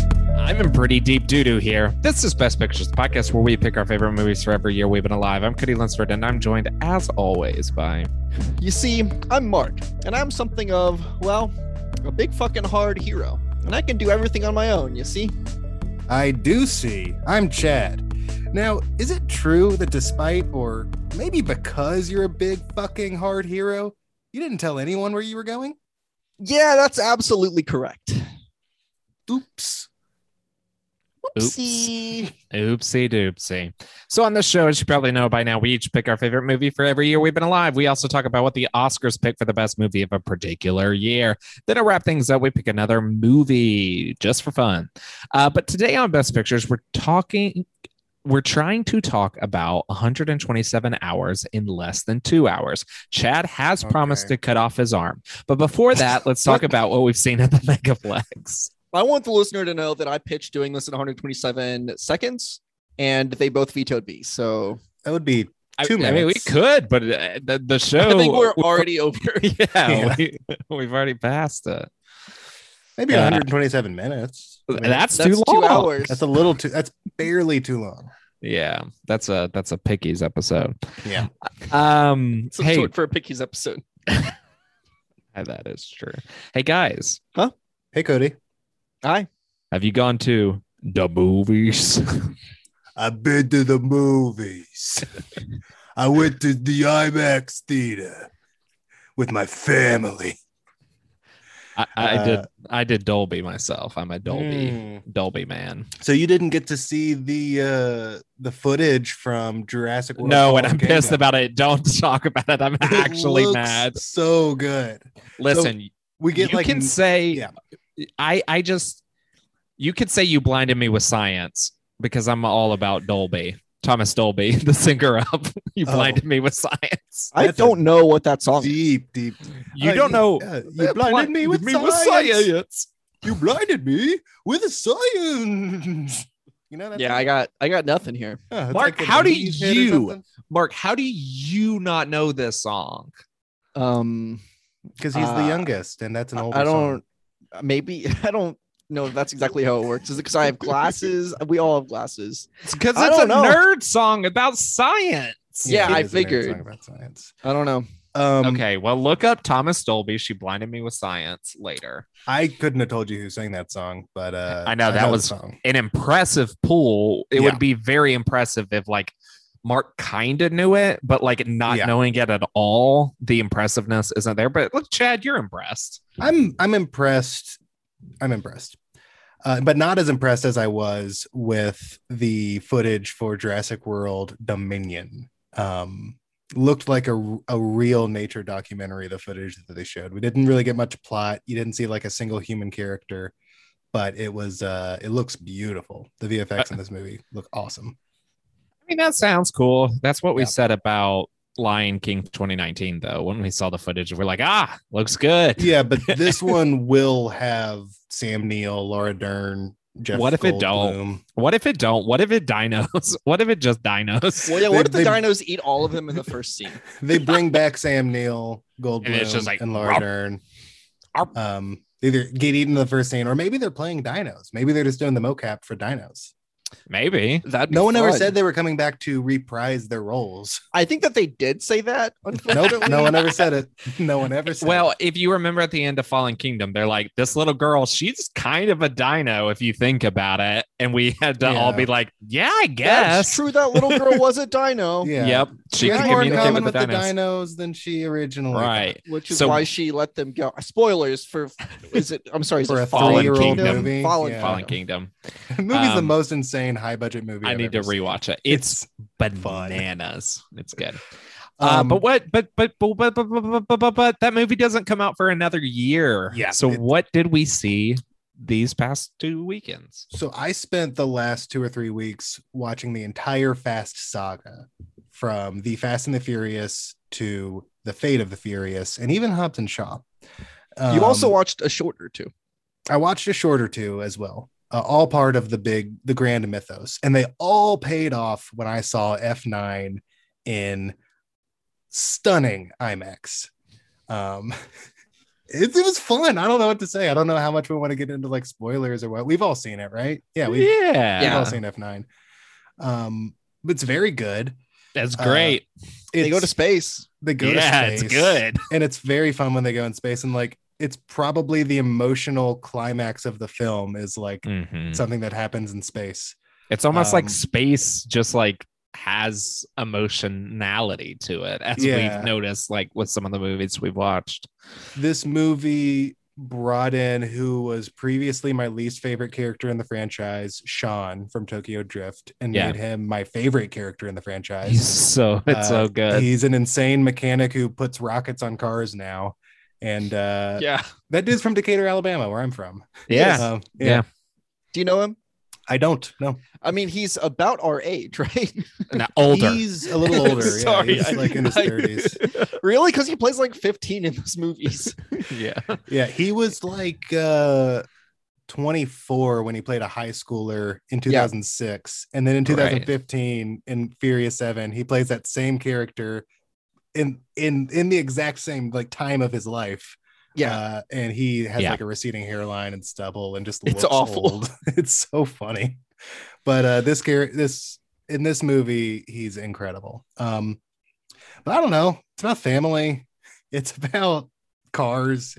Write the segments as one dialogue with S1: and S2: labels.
S1: some pretty deep doo doo here. This is Best Pictures, the podcast where we pick our favorite movies for every year we've been alive. I'm Cody Lunsford, and I'm joined, as always, by.
S2: You see, I'm Mark, and I'm something of, well, a big fucking hard hero. And I can do everything on my own, you see?
S3: I do see. I'm Chad. Now, is it true that despite or maybe because you're a big fucking hard hero, you didn't tell anyone where you were going?
S2: Yeah, that's absolutely correct.
S3: Oops.
S1: Oops.
S2: Oopsie.
S1: Oopsie doopsie. So, on this show, as you probably know by now, we each pick our favorite movie for every year we've been alive. We also talk about what the Oscars pick for the best movie of a particular year. Then, to wrap things up, we pick another movie just for fun. Uh, but today on Best Pictures, we're talking. We're trying to talk about 127 hours in less than two hours. Chad has
S3: Okay.
S1: promised to cut off his arm. But before that, let's talk about what we've seen at the Megaplex.
S2: I want the listener to know that I pitched doing this in 127 seconds, and they both vetoed me. So
S3: That would be
S1: I-
S3: Two
S1: I, mean, we
S3: minutes.
S1: could, but uh, the, the show.
S2: I think
S3: Oh,
S2: we're already over.
S1: yeah,
S3: Yeah.
S1: We, we've already passed it.
S3: maybe
S1: Uh,
S3: 127 minutes. I mean,
S1: that's,
S2: That's
S1: too long.
S2: two hours.
S3: that's a little too that's barely too long.
S1: Yeah, that's a that's a pickies episode.
S3: Yeah.
S1: Um.
S2: Some
S1: hey,
S2: sort for a Pickies episode.
S1: that is true. Hey guys,
S3: Hey Cody.
S2: Hi.
S1: have you gone to the movies?
S3: I've been to the movies. I went to the IMAX theater with my family.
S1: I, I
S3: Uh, hmm.
S1: did. I did Dolby myself. I'm a Dolby Dolby man.
S3: So you didn't get to see the uh the footage from Jurassic World.
S1: No, and
S3: Fallen
S1: I'm pissed
S3: Kingdom.
S1: about it. Don't talk about it. I'm
S3: It
S1: actually
S3: looks
S1: mad.
S3: So good.
S1: Listen,
S3: We get
S1: you
S3: like
S1: can say
S3: yeah.
S1: I I just you could say you blinded me with science because I'm all about Dolby. Thomas Dolby, the singer up. You
S3: Oh.
S1: blinded me with science.
S2: I
S3: That's a
S2: don't know what that song is.
S3: deep, deep.
S1: You
S3: Uh,
S1: don't know.
S3: yeah, you blinded me with science. You blinded me with science. You know that?
S2: Yeah,
S3: song?
S2: I got I got nothing here.
S3: Huh, it's
S1: Mark,
S3: like an
S1: how do
S3: 80s hit or
S1: you-
S3: something.
S1: Mark, how do you not know this song?
S2: Um
S3: Because he's
S2: Uh,
S3: the youngest, and that's an old.
S2: I don't maybe I don't know if that's exactly how it works. Is it because I have glasses? we all have glasses.
S1: It's because
S2: I
S1: it's a
S2: don't know.
S1: nerd song about science.
S2: Yeah, I
S3: it is a nerd
S2: figured.
S3: song about science.
S2: I don't know.
S3: Um,
S1: okay, well, look up Thomas Dolby. She blinded me with science later.
S3: I couldn't have told you who sang that song, but uh,
S1: I know, that
S3: the
S1: was-
S3: song.
S1: An impressive pool. It
S3: Yeah.
S1: would be very impressive if like Mark kind of knew it, but like not
S3: Yeah.
S1: knowing it at all, the impressiveness isn't there. But look, Chad, you're impressed.
S3: I'm I'm impressed. I'm impressed, uh, but not as impressed as I was with the footage for Jurassic World Dominion. Um, looked like a a real nature documentary. The footage that they showed, we didn't really get much plot. You didn't see like a single human character, but it was uh, it looks beautiful. The VFX
S1: Uh,
S3: in this movie look awesome.
S1: I mean, that sounds cool. That's what we
S3: Yeah.
S1: said about Lion King 2019, though. When we saw the footage, we're like, ah, looks good.
S3: Yeah, but this one will have Sam Neill, Laura Dern, Jeff.
S1: What if it don't?
S3: Goldblum.
S1: What if it don't? What if it dinos? What if it just dinos?
S2: Well, yeah, what if the
S3: They- they-
S2: dinos eat all of them in the first scene?
S3: they bring back Sam Neill, Goldblum,
S1: And
S3: and,
S1: it's just like,
S3: Laura
S1: "Arp,
S3: Dern.
S1: arp."
S3: Um, they either get eaten in the first scene, or maybe they're playing dinos. Maybe they're just doing the mocap for dinos.
S1: Maybe.
S2: That
S3: No one ever said they were coming back to reprise their roles.
S2: I think that they did say that. Unfortunately,
S3: Nope, no one ever said it. No one ever said
S1: Well,
S3: it.
S1: if you remember at the end of Fallen Kingdom, they're like, this little girl, she's kind of a dino if you think about it. And we had to all
S3: Yeah.
S1: be like, yeah, I
S2: That's
S1: guess.
S2: true. That little girl was a dino,
S3: yeah.
S1: Yep.
S3: She
S1: She
S3: has
S1: can
S3: more in
S1: communicate
S3: common
S1: with the
S3: with the
S1: dinos.
S3: dinos than she originally. thought.
S1: Right.
S2: which is
S1: So-
S2: why she let them go. Spoilers for is it? I'm sorry, is
S3: For
S2: it
S3: a
S2: Fallen
S1: three-year-old
S2: Kingdom?
S3: movie,
S2: Fallen,
S3: yeah.
S1: Fallen
S2: Kingdom.
S1: Kingdom.
S3: The movie's the
S1: Um,
S3: most insane high budget movie.
S1: I
S3: I've
S1: need to
S3: ever seen.
S1: rewatch it. It's,
S3: fun.
S1: bananas. It's good. uh, but
S3: Um,
S1: what? But but but but, but but but but but but that movie doesn't come out for another year.
S3: Yeah,
S1: So
S3: it-
S1: what did we see these past two weekends?
S3: So I spent the last two or three weeks watching the entire Fast saga from the Fast and the Furious to the Fate of the Furious and even Hobbs and Shaw.
S2: You also
S3: Um,
S2: watched a short or two.
S3: I watched a short or two as well, uh, all part of the big, the grand mythos, and they all paid off when I saw F9 in stunning IMAX. Um, it, it was fun. I don't know what to say. I don't know how much we want to get into like spoilers or what. We've all seen it, right? Yeah, we've,
S1: yeah.
S3: we've all seen F9. Um, but it's very good.
S1: That's
S3: Uh,
S1: great.
S2: They go to
S3: It's-
S2: space.
S3: they go
S1: yeah,
S3: to space.
S1: it's good.
S3: and it's very fun when they go in space and like it's probably the emotional climax of the film is like
S1: Mhm.
S3: something that happens in space
S1: It's almost
S3: Um,
S1: like space just like has emotionality to it, as
S3: Yeah.
S1: we've noticed, like with some of the movies we've watched.
S3: this movie brought in who was previously my least favorite character in the franchise sean from tokyo drift and
S1: Yeah.
S3: made him my favorite character in the franchise
S1: He's so it's
S3: Uh,
S1: so good.
S3: he's an insane mechanic who puts rockets on cars now and uh
S1: yeah,
S3: that dude's from decatur alabama where i'm from
S1: yeah.
S3: Um,
S1: Yeah.
S2: Do you know him?
S3: i don't know
S2: I mean, he's about our age, right?
S1: Now, older.
S3: he's a little older
S2: Sorry,
S3: yeah,
S2: I-
S3: he's like in his
S2: I-
S3: 30s
S2: really? Because he plays like 15 in those movies.
S1: yeah,
S3: Yeah, he was like uh 24 when he played a high schooler in 2006. And then in
S1: Right.
S3: 2015 in Furious 7, he plays that same character in in in the exact same like time of his life.
S2: Yeah.
S3: Uh, and he has
S1: Yeah.
S3: like a receding hairline and stubble and just
S2: It's
S3: looks
S2: awful.
S3: old. it's so funny. But uh this character this in this movie he's incredible. Um but I don't know. It's about family. It's about cars.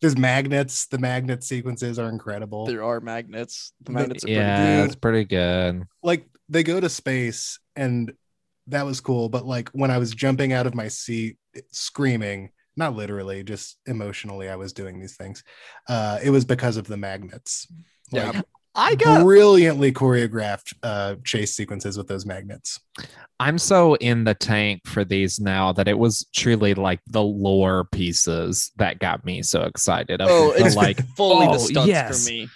S3: There's magnets. The magnet sequences are incredible.
S2: there are magnets. The
S3: But-
S2: magnets are
S1: yeah.
S2: pretty
S1: It's pretty good.
S3: like they go to space and that was cool, but like when I was jumping out of my seat screaming, not literally, just emotionally I was doing these things. Uh it was because of the magnets.
S2: Yeah.
S3: Like
S2: I got
S3: brilliantly choreographed uh chase sequences with those magnets.
S1: I'm so in the tank for these now that it was truly like the lore pieces that got me so excited. Of
S2: Oh,
S1: the,
S2: it's-
S1: like
S2: fully
S1: Oh,
S2: the stunts
S1: yes.
S2: for me.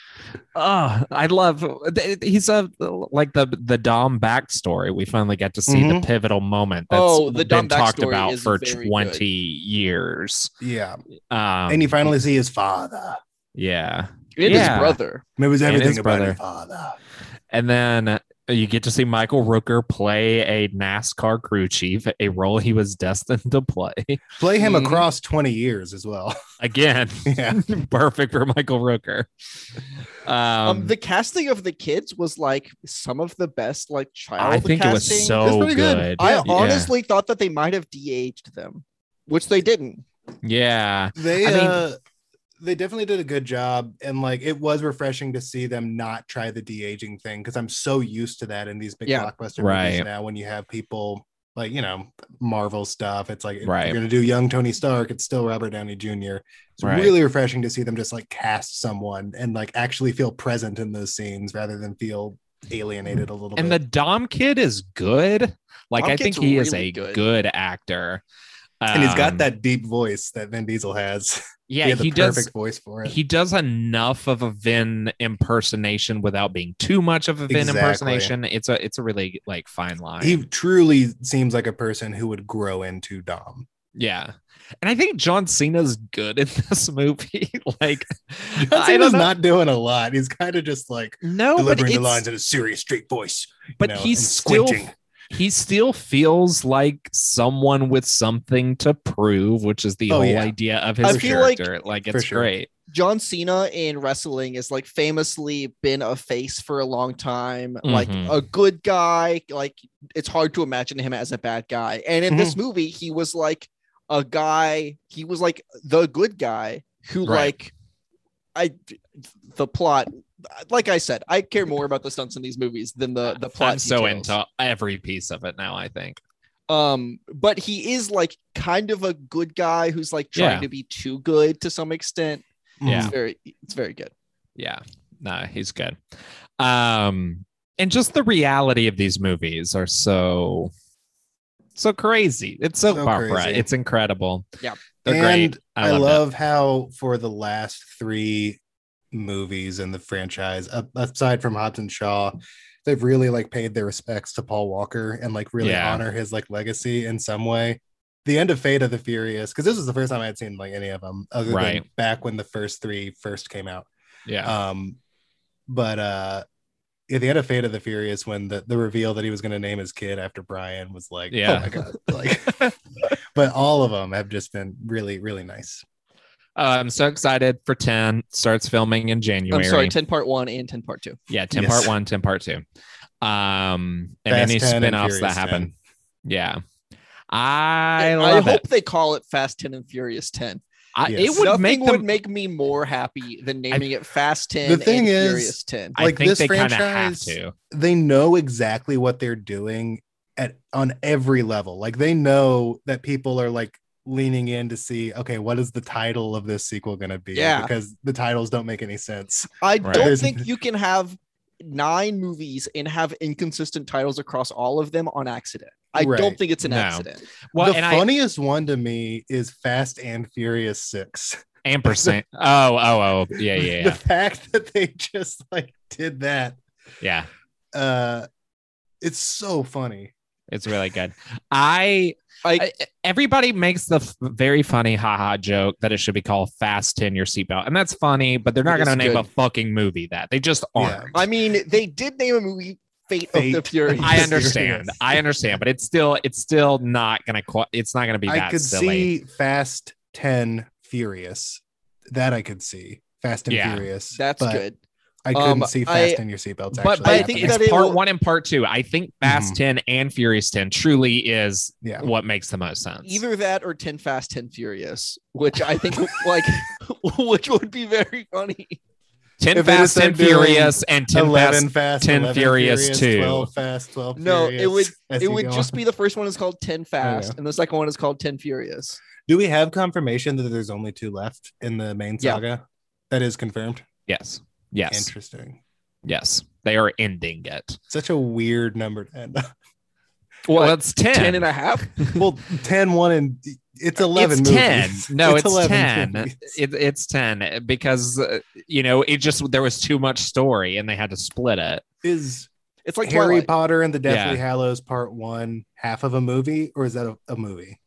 S1: Oh, I love. th- He's a like the the Dom backstory. We finally get to see
S3: Mhm.
S1: the pivotal moment that's
S2: Mm-hmm. Oh, the Dom
S1: been talked
S2: backstory
S1: about
S2: is
S1: for
S2: very good.
S1: twenty years.
S3: Yeah.
S1: Um,
S3: and you finally see his father.
S1: yeah,
S2: And
S1: Yeah.
S2: his brother.
S3: And It was
S1: And his
S3: everything about
S1: brother.
S3: his father.
S1: and then uh, you get to see Michael Rooker play a NASCAR crew chief, a role he was destined to play.
S3: Play him
S2: Mhm.
S3: across 20 years as well.
S1: Again,
S3: yeah.
S1: perfect for Michael Rooker. Um,
S2: Um, the casting of the kids was like some of the best like child
S1: I think it was
S2: casting.
S3: It's
S1: so
S3: pretty
S1: good.
S3: good.
S2: I
S1: Yeah.
S2: honestly thought that they might have de-aged them, which they didn't.
S1: yeah.
S3: They
S1: I mean-
S3: uh they definitely did a good job and like it was refreshing to see them not try the de-aging thing because I'm so used to that in these big
S2: Yeah.
S3: blockbuster
S1: Right.
S3: movies now when you have people like you know Marvel stuff. It's like if
S1: Right.
S3: you're gonna do young Tony Stark, it's still Robert Downey Jr. It's
S1: Right.
S3: really refreshing to see them just like cast someone and like actually feel present in those scenes rather than feel alienated a little
S1: and
S3: bit.
S1: the Dom kid is good. Like
S2: Dom
S1: I think
S2: kid's
S1: he is
S2: really
S1: a good,
S2: good.
S1: actor.
S3: and he's
S1: Um,
S3: got that deep voice that Vin Diesel has.
S1: Yeah, he,
S3: he had the perfect
S1: does.
S3: voice for it.
S1: He does enough of a Vin impersonation without being too much of a Vin
S3: Exactly.
S1: impersonation. It's a it's a really like fine line.
S3: he truly seems like a person who would grow into Dom.
S1: yeah, and I think John Cena's good in this movie. like
S3: John
S1: I don't
S3: Cena's
S1: know.
S3: not doing a lot. He's kind of just like
S1: no, but
S3: delivering the
S1: it's,
S3: lines in a serious, straight voice. you
S1: but
S3: know,
S1: he's
S3: and
S1: still
S3: squinting.
S1: he still feels like someone with something to prove, which is the
S3: Oh,
S1: whole
S3: yeah.
S1: idea of
S2: I
S1: his
S2: feel like-
S1: character. Like,
S3: For
S1: it's
S3: sure.
S1: great.
S2: John Cena in wrestling is like famously been a face for a long time, like
S1: Mhm.
S2: a good guy. Like it's hard to imagine him as a bad guy. And in
S1: Mm-hmm.
S2: this movie, he was like a guy, he was like the good guy who
S1: Right.
S2: like I the plot like I said, I care more about the stunts in these movies than the the plot.
S1: I'm so
S2: details.
S1: into every piece of it now. I think.
S2: um but he is like kind of a good guy who's like trying
S1: Yeah.
S2: to be too good to some extent
S1: Yeah.
S3: Mm.
S2: it's very it's very good
S1: Yeah, no, he's good. Um, and just the reality of these movies are so, so crazy. It's soap
S3: So
S1: opera.
S3: crazy.
S1: It's incredible.
S2: Yeah.
S1: they're
S3: And
S1: great.
S3: I,
S1: it.
S3: love how for the last three movies in the franchise, a- aside from Hobbs and Shaw, they've really like paid their respects to Paul Walker and like really
S1: Yeah.
S3: honor his like legacy in some way. The end of Fate of the Furious, because this was the first time I had seen like any of them, other than
S1: Right.
S3: back when the first three first came out.
S1: Yeah, Uh,
S3: Um, but uh, at the end of Fate of the Furious, when the, the reveal that he was going to name his kid after Brian was like, oh
S1: Yeah.
S3: my god, like. but all of them have just been really, really nice.
S1: Uh, I'm so excited for 10. Starts filming in January.
S2: I'm sorry, 10 part one and 10 part two.
S1: Yeah, 10
S3: Yes.
S1: part 1, 10 part 2. Um and
S3: Fast
S1: any
S3: 10 and
S1: spin-offs that
S3: Furious 10.
S1: happen. Yeah. I
S2: And
S1: love
S2: hope
S1: it.
S2: they call it Fast 10 and Furious 10.
S1: I,
S3: Yes.
S1: It would
S2: Nothing
S1: make them
S2: would make me more happy than naming it Fast 10
S3: The thing
S2: and
S3: is-
S2: Furious 10.
S1: I
S3: like,
S1: think
S3: this
S1: they kinda
S3: franchise-
S1: have to.
S3: they know exactly what they're doing at on every level. Like they know that people are like leaning in to see, okay, what is the title of this sequel going to be?
S2: Yeah.
S3: because the titles don't make any sense.
S2: I
S1: Right.
S2: don't
S3: There's-
S2: think you can have nine movies and have inconsistent titles across all of them on accident. I
S3: Right.
S2: don't think it's an
S1: No.
S2: accident.
S1: Well,
S3: the
S1: and I
S3: funniest one to me is Fast and Furious Six.
S1: ampersand. Oh, oh, oh. Yeah, yeah,
S3: the
S1: yeah.
S3: fact that they just like did that,
S1: yeah.
S3: uh, it's so funny.
S1: It's really good. I
S2: Like
S1: I- everybody makes the f- very funny haha joke that it should be called fast 10 your seatbelt and that's funny but they're not
S2: It is
S1: going to name
S2: good.
S1: a fucking movie that they just
S3: Yeah.
S1: aren't
S2: I mean, they did name a movie Fate, of
S3: Fate.
S2: the Furious.
S1: i
S3: Yes,
S1: understand
S3: yes.
S1: i understand but it's still it's still not going to it's not going to be
S3: I
S1: that
S3: could
S1: silly
S3: see Fast Ten Furious. That I could see. Fast and
S1: Yeah.
S3: Furious.
S2: That's
S3: but
S2: good.
S3: I couldn't
S2: Um,
S3: see
S2: I-
S3: Fast and Your Seatbelts.
S1: but,
S3: actually Mm-hmm.
S1: but I
S2: I
S1: think
S2: think
S1: it's
S2: that it
S1: part
S2: will-
S1: one and part two. I think Fast 10 and Furious 10 truly is
S3: yeah,
S1: what makes the most sense.
S2: Either that or 10 Fast, 10 Furious, which I think like which would be very funny.
S1: 10
S3: If they
S1: Fast,
S3: just
S1: 10
S3: start doing
S1: Furious, and 10
S3: eleven
S1: Fast.
S3: fast,
S1: 10
S3: 11
S1: Furious 2.
S3: twelve fast, twelve.
S2: No, it
S3: Furious,
S2: would- it
S3: as you
S2: would
S3: go
S2: just
S3: on.
S2: be the first one is called 10 Fast
S3: yeah.
S2: and the second one is called 10 Furious.
S3: Do we have confirmation that there's only two left in the main
S2: Yeah.
S3: saga? That is confirmed.
S1: Yes. Yes.
S3: Interesting.
S1: yes. They are ending it.
S3: Such a weird number to end. up.
S1: Well,
S2: What?
S1: it's 10.
S2: 10 and a half?
S3: well, 10, 1, and it's eleven.
S1: It's
S3: movies.
S1: 10. No, it's 10.
S3: movies.
S1: it, it's 10 because uh, you know it just there was too much story and they had to split it
S3: Is
S2: It's like
S3: Harry
S2: Twilight.
S3: Potter and the
S1: Yeah.
S3: Deathly Hallows Part One half of a movie, or is that a, a movie?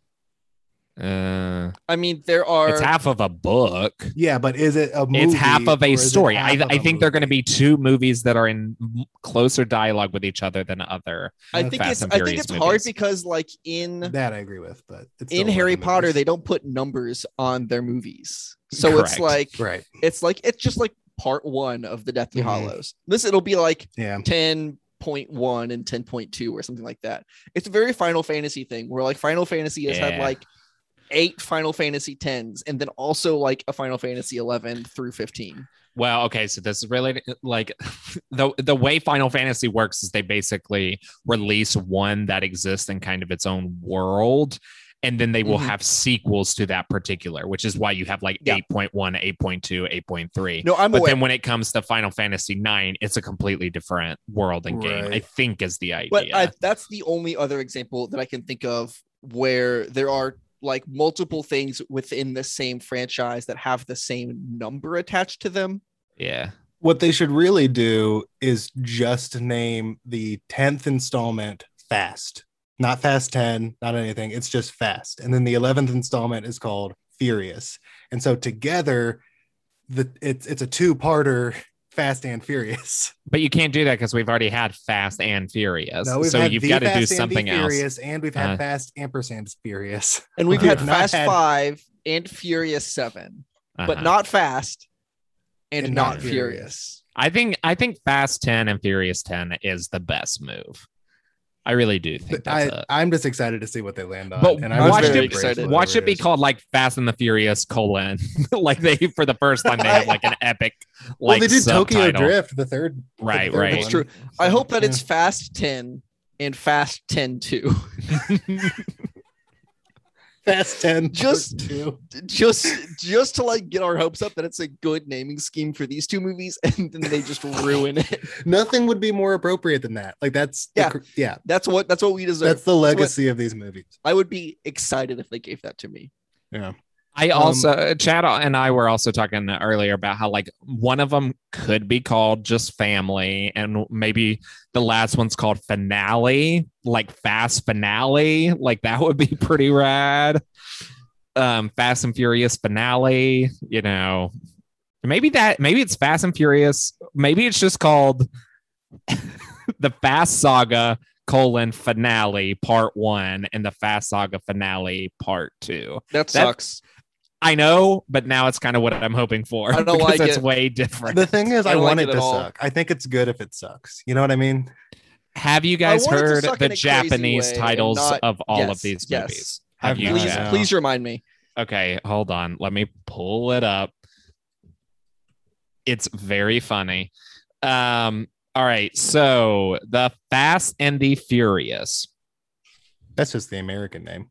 S1: uh,
S2: I mean, there are
S1: it's half of a book
S3: Yeah, but is it a movie?
S1: it's half of
S3: or
S1: a
S3: is it
S1: story
S3: half
S1: i,
S3: of
S1: I
S3: a
S1: think they're going to
S3: movie?
S1: be two movies that are in m- closer dialogue with each other than other
S2: I think
S1: Fast
S2: it's
S1: and
S2: I think
S1: Furious
S2: it's hard
S1: movies.
S2: because like in
S3: that I agree with, but it's
S2: in
S3: still
S2: Harry
S3: 11
S2: Potter,
S3: movies.
S2: they don't put numbers on their movies. So
S1: Correct. Mm-hmm.
S2: it's like
S3: right,
S2: it's like it's just like part one of the Deathly
S3: Mhm.
S2: Hollows. This it'll be like
S3: yeah.
S2: 10.1 and 10.2 or something like that. It's a very Final Fantasy thing where like Final Fantasy has had
S1: Yeah.
S2: like eight Final Fantasy 10s and then also like a Final Fantasy 11 through 15.
S1: well okay so this is really like the the way final fantasy works is they basically release one that exists in kind of its own world and then they will
S3: Mm-hmm.
S2: Mhm.
S1: have sequels to that particular which is why you have like
S2: Yeah.
S1: 8.1 8.2 8.3
S2: No, I'm
S1: but
S2: aware.
S1: then when it comes to Final Fantasy nine, it's a completely different world and game. I
S3: Right.
S1: think is the idea.
S2: but I, that's the only other example that I can think of where there are like multiple things within the same franchise that have the same number attached to them.
S1: yeah,
S3: What they should really do is just name the tenth installment Fast, not Fast Ten, not anything. It's just Fast, and then the eleventh installment is called Furious, and so together, the it's it's a two parter. Fast and Furious.
S1: but you can't do that because we've already had Fast and Furious.
S3: No, we've
S1: so
S3: had
S1: you've
S3: the
S1: got to do
S3: Fast and the
S1: something else.
S3: Furious, and we've had
S1: Uh-huh.
S3: Fast ampersand Furious.
S2: And we've
S3: We
S2: had
S3: have not
S2: Fast
S3: had-
S2: 5 and Furious 7. but
S1: Uh-huh.
S2: not fast and,
S3: And
S2: not,
S1: not
S2: furious.
S1: I think I think Fast ten and Furious ten is the best move. I really do think
S3: But
S1: that's
S3: I,
S1: it.
S3: I'm just excited to see what they land on.
S1: But
S3: I was
S2: watch
S3: very
S2: it-
S3: brave for
S2: excited.
S3: whatever
S1: Watch it be
S3: is.
S1: called like Fast and the Furious colon, like they for the first time they have like an epic. Like
S3: Well, they did Tokyo
S1: subtitle.
S3: Drift, the third. the
S1: Right,
S3: third
S1: right.
S2: That's
S3: one.
S2: true. I hope that
S3: Yeah.
S2: it's fast 10 and fast 10 too.
S3: Fast Ten.
S2: Just-
S3: Part two.
S2: just just to like get our hopes up that it's a good naming scheme for these two movies and then they just ruin it.
S3: Nothing would be more appropriate than that. Like that's the
S2: Yeah.
S3: cr- yeah.
S2: That's what that's what we deserve.
S3: That's the legacy of these movies.
S2: I would be excited if they gave that to me.
S3: Yeah.
S1: I
S3: Um,
S1: also Chad and I were also talking earlier about how like one of them could be called just family, and maybe the last one's called finale, like fast finale, like that would be pretty rad. Um, Fast and Furious finale, you know, maybe that maybe it's Fast and Furious, maybe it's just called the Fast Saga colon finale part one and the Fast Saga finale part two
S2: That
S1: That-
S2: sucks.
S1: I know, but now it's kind of what I'm hoping for.
S2: I don't
S1: because
S2: like
S1: it's
S2: it.
S1: way different.
S3: The thing is,
S2: I
S3: I,
S2: don't like
S3: want
S2: it
S3: it
S2: at
S3: to
S2: all.
S3: suck. I think it's good if it sucks. You know what I mean?
S1: Have you guys
S2: want it to
S1: heard
S2: suck
S1: the
S2: in a crazy
S1: Japanese
S2: way and
S1: titles
S2: not-
S1: of all of
S2: Yes,
S1: these
S2: yes.
S1: movies?
S3: I've
S1: you
S2: please,
S1: checked?
S3: Yeah.
S2: please remind me.
S1: Okay, hold on. Let me pull it up. It's very funny. Um, all right, so the Fast and the Furious.
S3: That's just the American name.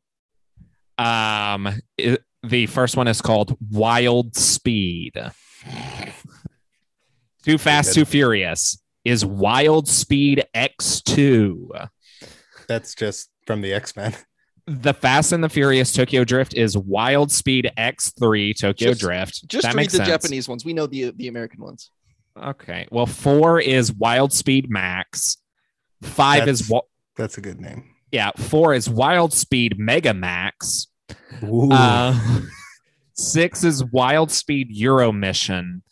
S1: Um, i- the first one is called Wild Speed. Too Fast, Too Furious is Wild Speed X2.
S3: That's just from the X Men.
S1: The Fast and the Furious Tokyo Drift is Wild Speed X3 Tokyo
S2: Just-
S1: Drift.
S2: Just
S1: that
S2: read
S1: makes
S2: the
S1: sense.
S2: Japanese ones. We know the the American ones.
S1: Okay. Well, four is Wild Speed Max. Five is
S3: That's-
S1: wa-
S3: That's a good name.
S1: yeah. Four is Wild Speed Mega Max.
S3: Ooh.
S1: Uh, six is Wild Speed Euro Mission.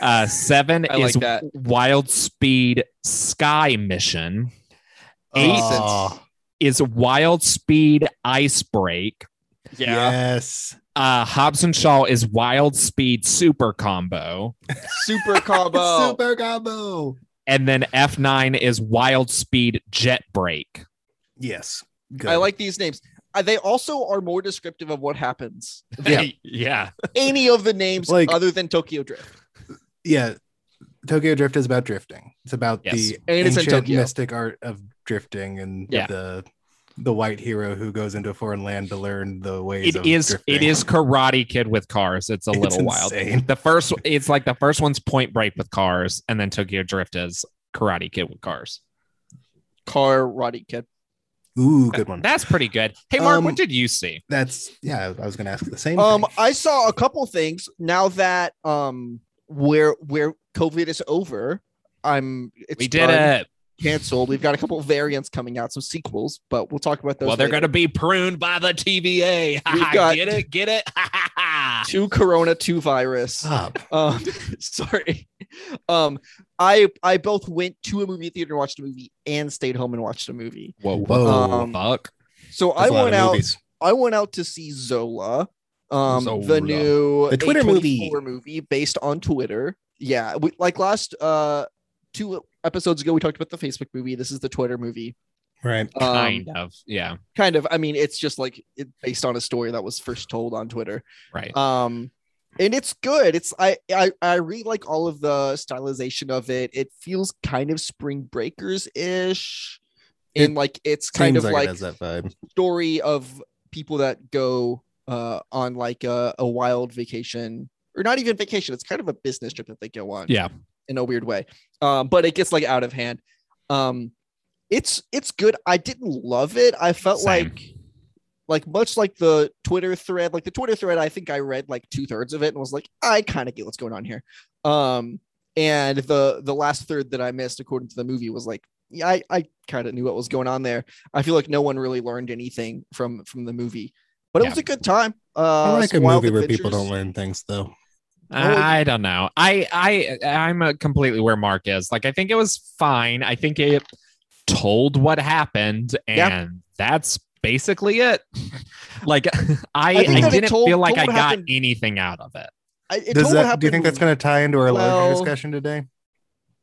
S1: Uh, seven
S2: I
S1: is
S2: like that.
S1: Wild Speed Sky Mission.
S2: Oh.
S1: Eight
S3: Aw,
S1: is Wild Speed Ice Break.
S3: Yes.
S1: Uh, Hobbs and Shaw is Wild Speed Super Combo.
S2: Super combo.
S3: Super combo.
S1: And then F9 is Wild Speed Jet Break.
S3: Yes. Good.
S2: I like these names. Uh, They also are more descriptive of what happens.
S3: Yeah.
S1: yeah.
S2: Any of the names
S3: Like-
S2: other than Tokyo Drift.
S3: yeah tokyo drift is about drifting it's about
S1: Yes.
S3: the
S2: And it's in
S3: ancient
S2: Tokyo.
S3: mystic art of drifting and
S1: Yeah.
S3: the the white hero who goes into a foreign land to learn the ways
S1: it
S3: of
S1: is
S3: drifting.
S1: it is karate kid with cars it's a
S3: It's
S1: little wild
S3: insane.
S1: the first it's like the first one's point break with cars and then tokyo drift is karate kid with cars
S2: Car Roddy Kid.
S3: ooh good one
S1: that's pretty good hey mark
S3: Um,
S1: what did you see
S3: that's yeah i was gonna ask the same
S2: Um,
S3: thing.
S2: I saw a couple things now that um where where COVID is over. I'm it's
S1: we did
S2: done,
S1: it
S2: canceled. We've got a couple variants coming out, some sequels, but we'll talk about those.
S1: well they're
S2: later.
S1: gonna be pruned by the tva
S2: We've got-
S1: get it get it
S2: two Corona, two virus.
S3: Stop.
S2: um sorry um i i both went to a movie theater and watched a movie and stayed home and watched a movie
S1: whoa
S3: whoa.
S2: Um,
S1: fuck
S2: so
S3: That's
S2: i
S3: a lot
S2: went
S3: of
S2: out
S3: movies.
S2: i went out to see zola um
S3: Zola.
S2: the new
S3: The Twitter movie.
S2: A24 movie based on twitter yeah we, like last uh two episodes ago we talked about the facebook movie this is the twitter movie
S3: right
S2: um,
S1: kind of yeah
S2: kind of i mean it's just like it, based on a story that was first told on twitter
S1: right
S2: um and it's good it's I, I i really like all of the stylization of it it feels kind of spring breakers ish and
S3: It
S2: like it's kind
S3: Seems
S2: of like,
S3: it has that vibe
S2: story of people that go uh on like a, a wild vacation or not even vacation it's kind of a business trip that they go on
S1: yeah
S2: in a weird way. Um, but it gets like out of hand. Um, it's it's good. I didn't love it. I felt
S1: Same.
S2: like like much like the Twitter thread, like the Twitter thread, I think I read like two thirds of it and was like, I kind of get what's going on here. Um, and the the last third that I missed, according to the movie, was like, yeah, I, I kind of knew what was going on there. I feel like no one really learned anything from from the movie, but it
S1: Yeah.
S2: was a good time. Uh,
S3: i like a
S2: some wild
S3: movie where people
S2: adventures.
S3: don't learn things though
S2: I would-
S1: I don't know. I I I'm uh, completely where Mark is. Like I think it was fine. I think it told what happened and
S2: Yeah.
S1: that's basically it. like I, I,
S2: think that it
S1: didn't
S2: told-
S1: feel like
S2: told
S1: I
S2: what
S1: got
S2: happened-
S1: anything out of it.
S2: I, it
S3: does
S2: told what
S3: that do you
S2: happened-
S3: think that's going to tie into our larger
S2: Well-
S3: discussion today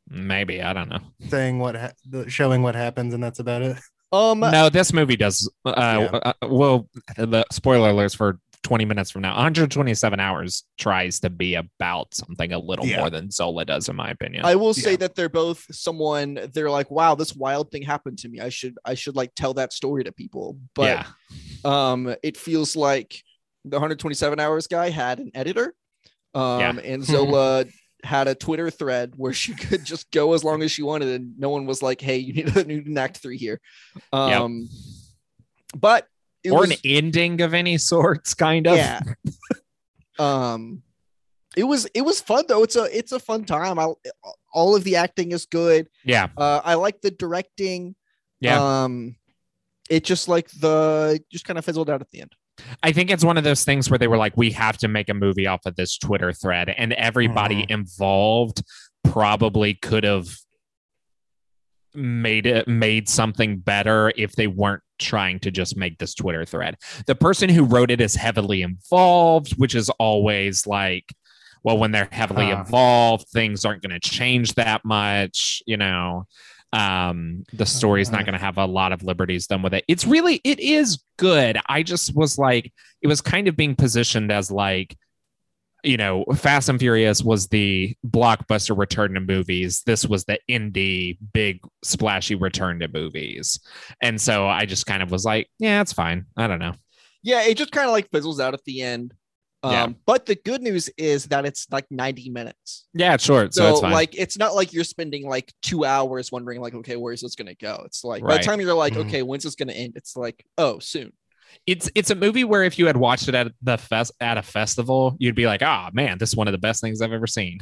S1: Maybe, I don't know.
S3: saying what ha- the- showing what happens and that's about it
S2: um
S1: no, this movie does uh,
S3: Yeah.
S1: uh well the spoiler alerts for 20 minutes from now. 127 hours tries to be about something a little
S3: Yeah.
S1: more than Zola does in my opinion.
S2: I will say
S3: Yeah.
S2: that they're both someone they're like, wow, this wild thing happened to me. I should I should like tell that story to people. But
S1: yeah.
S2: um it feels like the 127 hours guy had an editor. Um
S1: Yeah.
S2: and Zola had a Twitter thread where she could just go as long as she wanted and no one was like, hey, you need, you need an act three here.
S1: Yep.
S2: Um but it
S1: Or
S2: was,
S1: an ending of any sorts kind of.
S2: yeah. um it was it was fun though. It's a it's a fun time. I all of the acting is good.
S1: yeah.
S2: Uh, I like the directing.
S1: Yeah.
S2: Um, it just like the just kind of fizzled out at the end.
S1: I think it's one of those things where they were like, we have to make a movie off of this Twitter thread, and everybody
S3: Mhm.
S1: involved probably could have made it made something better if they weren't trying to just make this Twitter thread. The person who wrote it is heavily involved, which is always like, well, when they're heavily
S3: Ah.
S1: involved, things aren't going to change that much, you know. Um, the story's not
S3: Uh-huh.
S1: going to have a lot of liberties done with it. It's really, it is good. I just was like, it was kind of being positioned as like, you know, Fast and Furious was the blockbuster return to movies. This was the indie, big, splashy return to movies. And so I just kind of was like, yeah, it's fine. I don't know.
S2: Yeah, it just kind of like fizzles out at the end. Um,
S1: Yeah.
S2: But the good news is that it's like 90 minutes.
S1: Yeah, it's short. So,
S2: So,
S1: it's fine.
S2: like, it's not like you're spending like two hours wondering, like, okay, where's this going to go? It's like, by
S1: Right. Mm-hmm.
S2: the time you're like,
S3: Mhm.
S2: okay, when's this going to end? It's like, oh, soon.
S1: it's it's a movie where if you had watched it at the fest at a festival, you'd be like, ah man, this is one of the best things I've ever seen.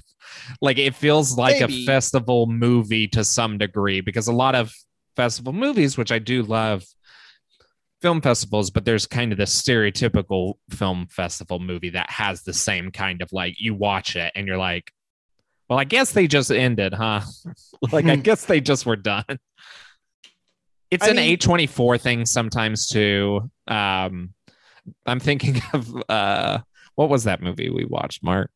S1: Like it feels like
S2: Maybe.
S1: a festival movie to some degree because a lot of festival movies, which I do love film festivals, but there's kind of the stereotypical film festival movie that has the same kind of like you watch it and you're like, well, I guess they just ended, huh? like I guess they just were done. It's
S2: I
S1: an
S2: mean-
S1: A twenty four thing sometimes too. Um, I'm thinking of uh, what was that movie we watched, Mark?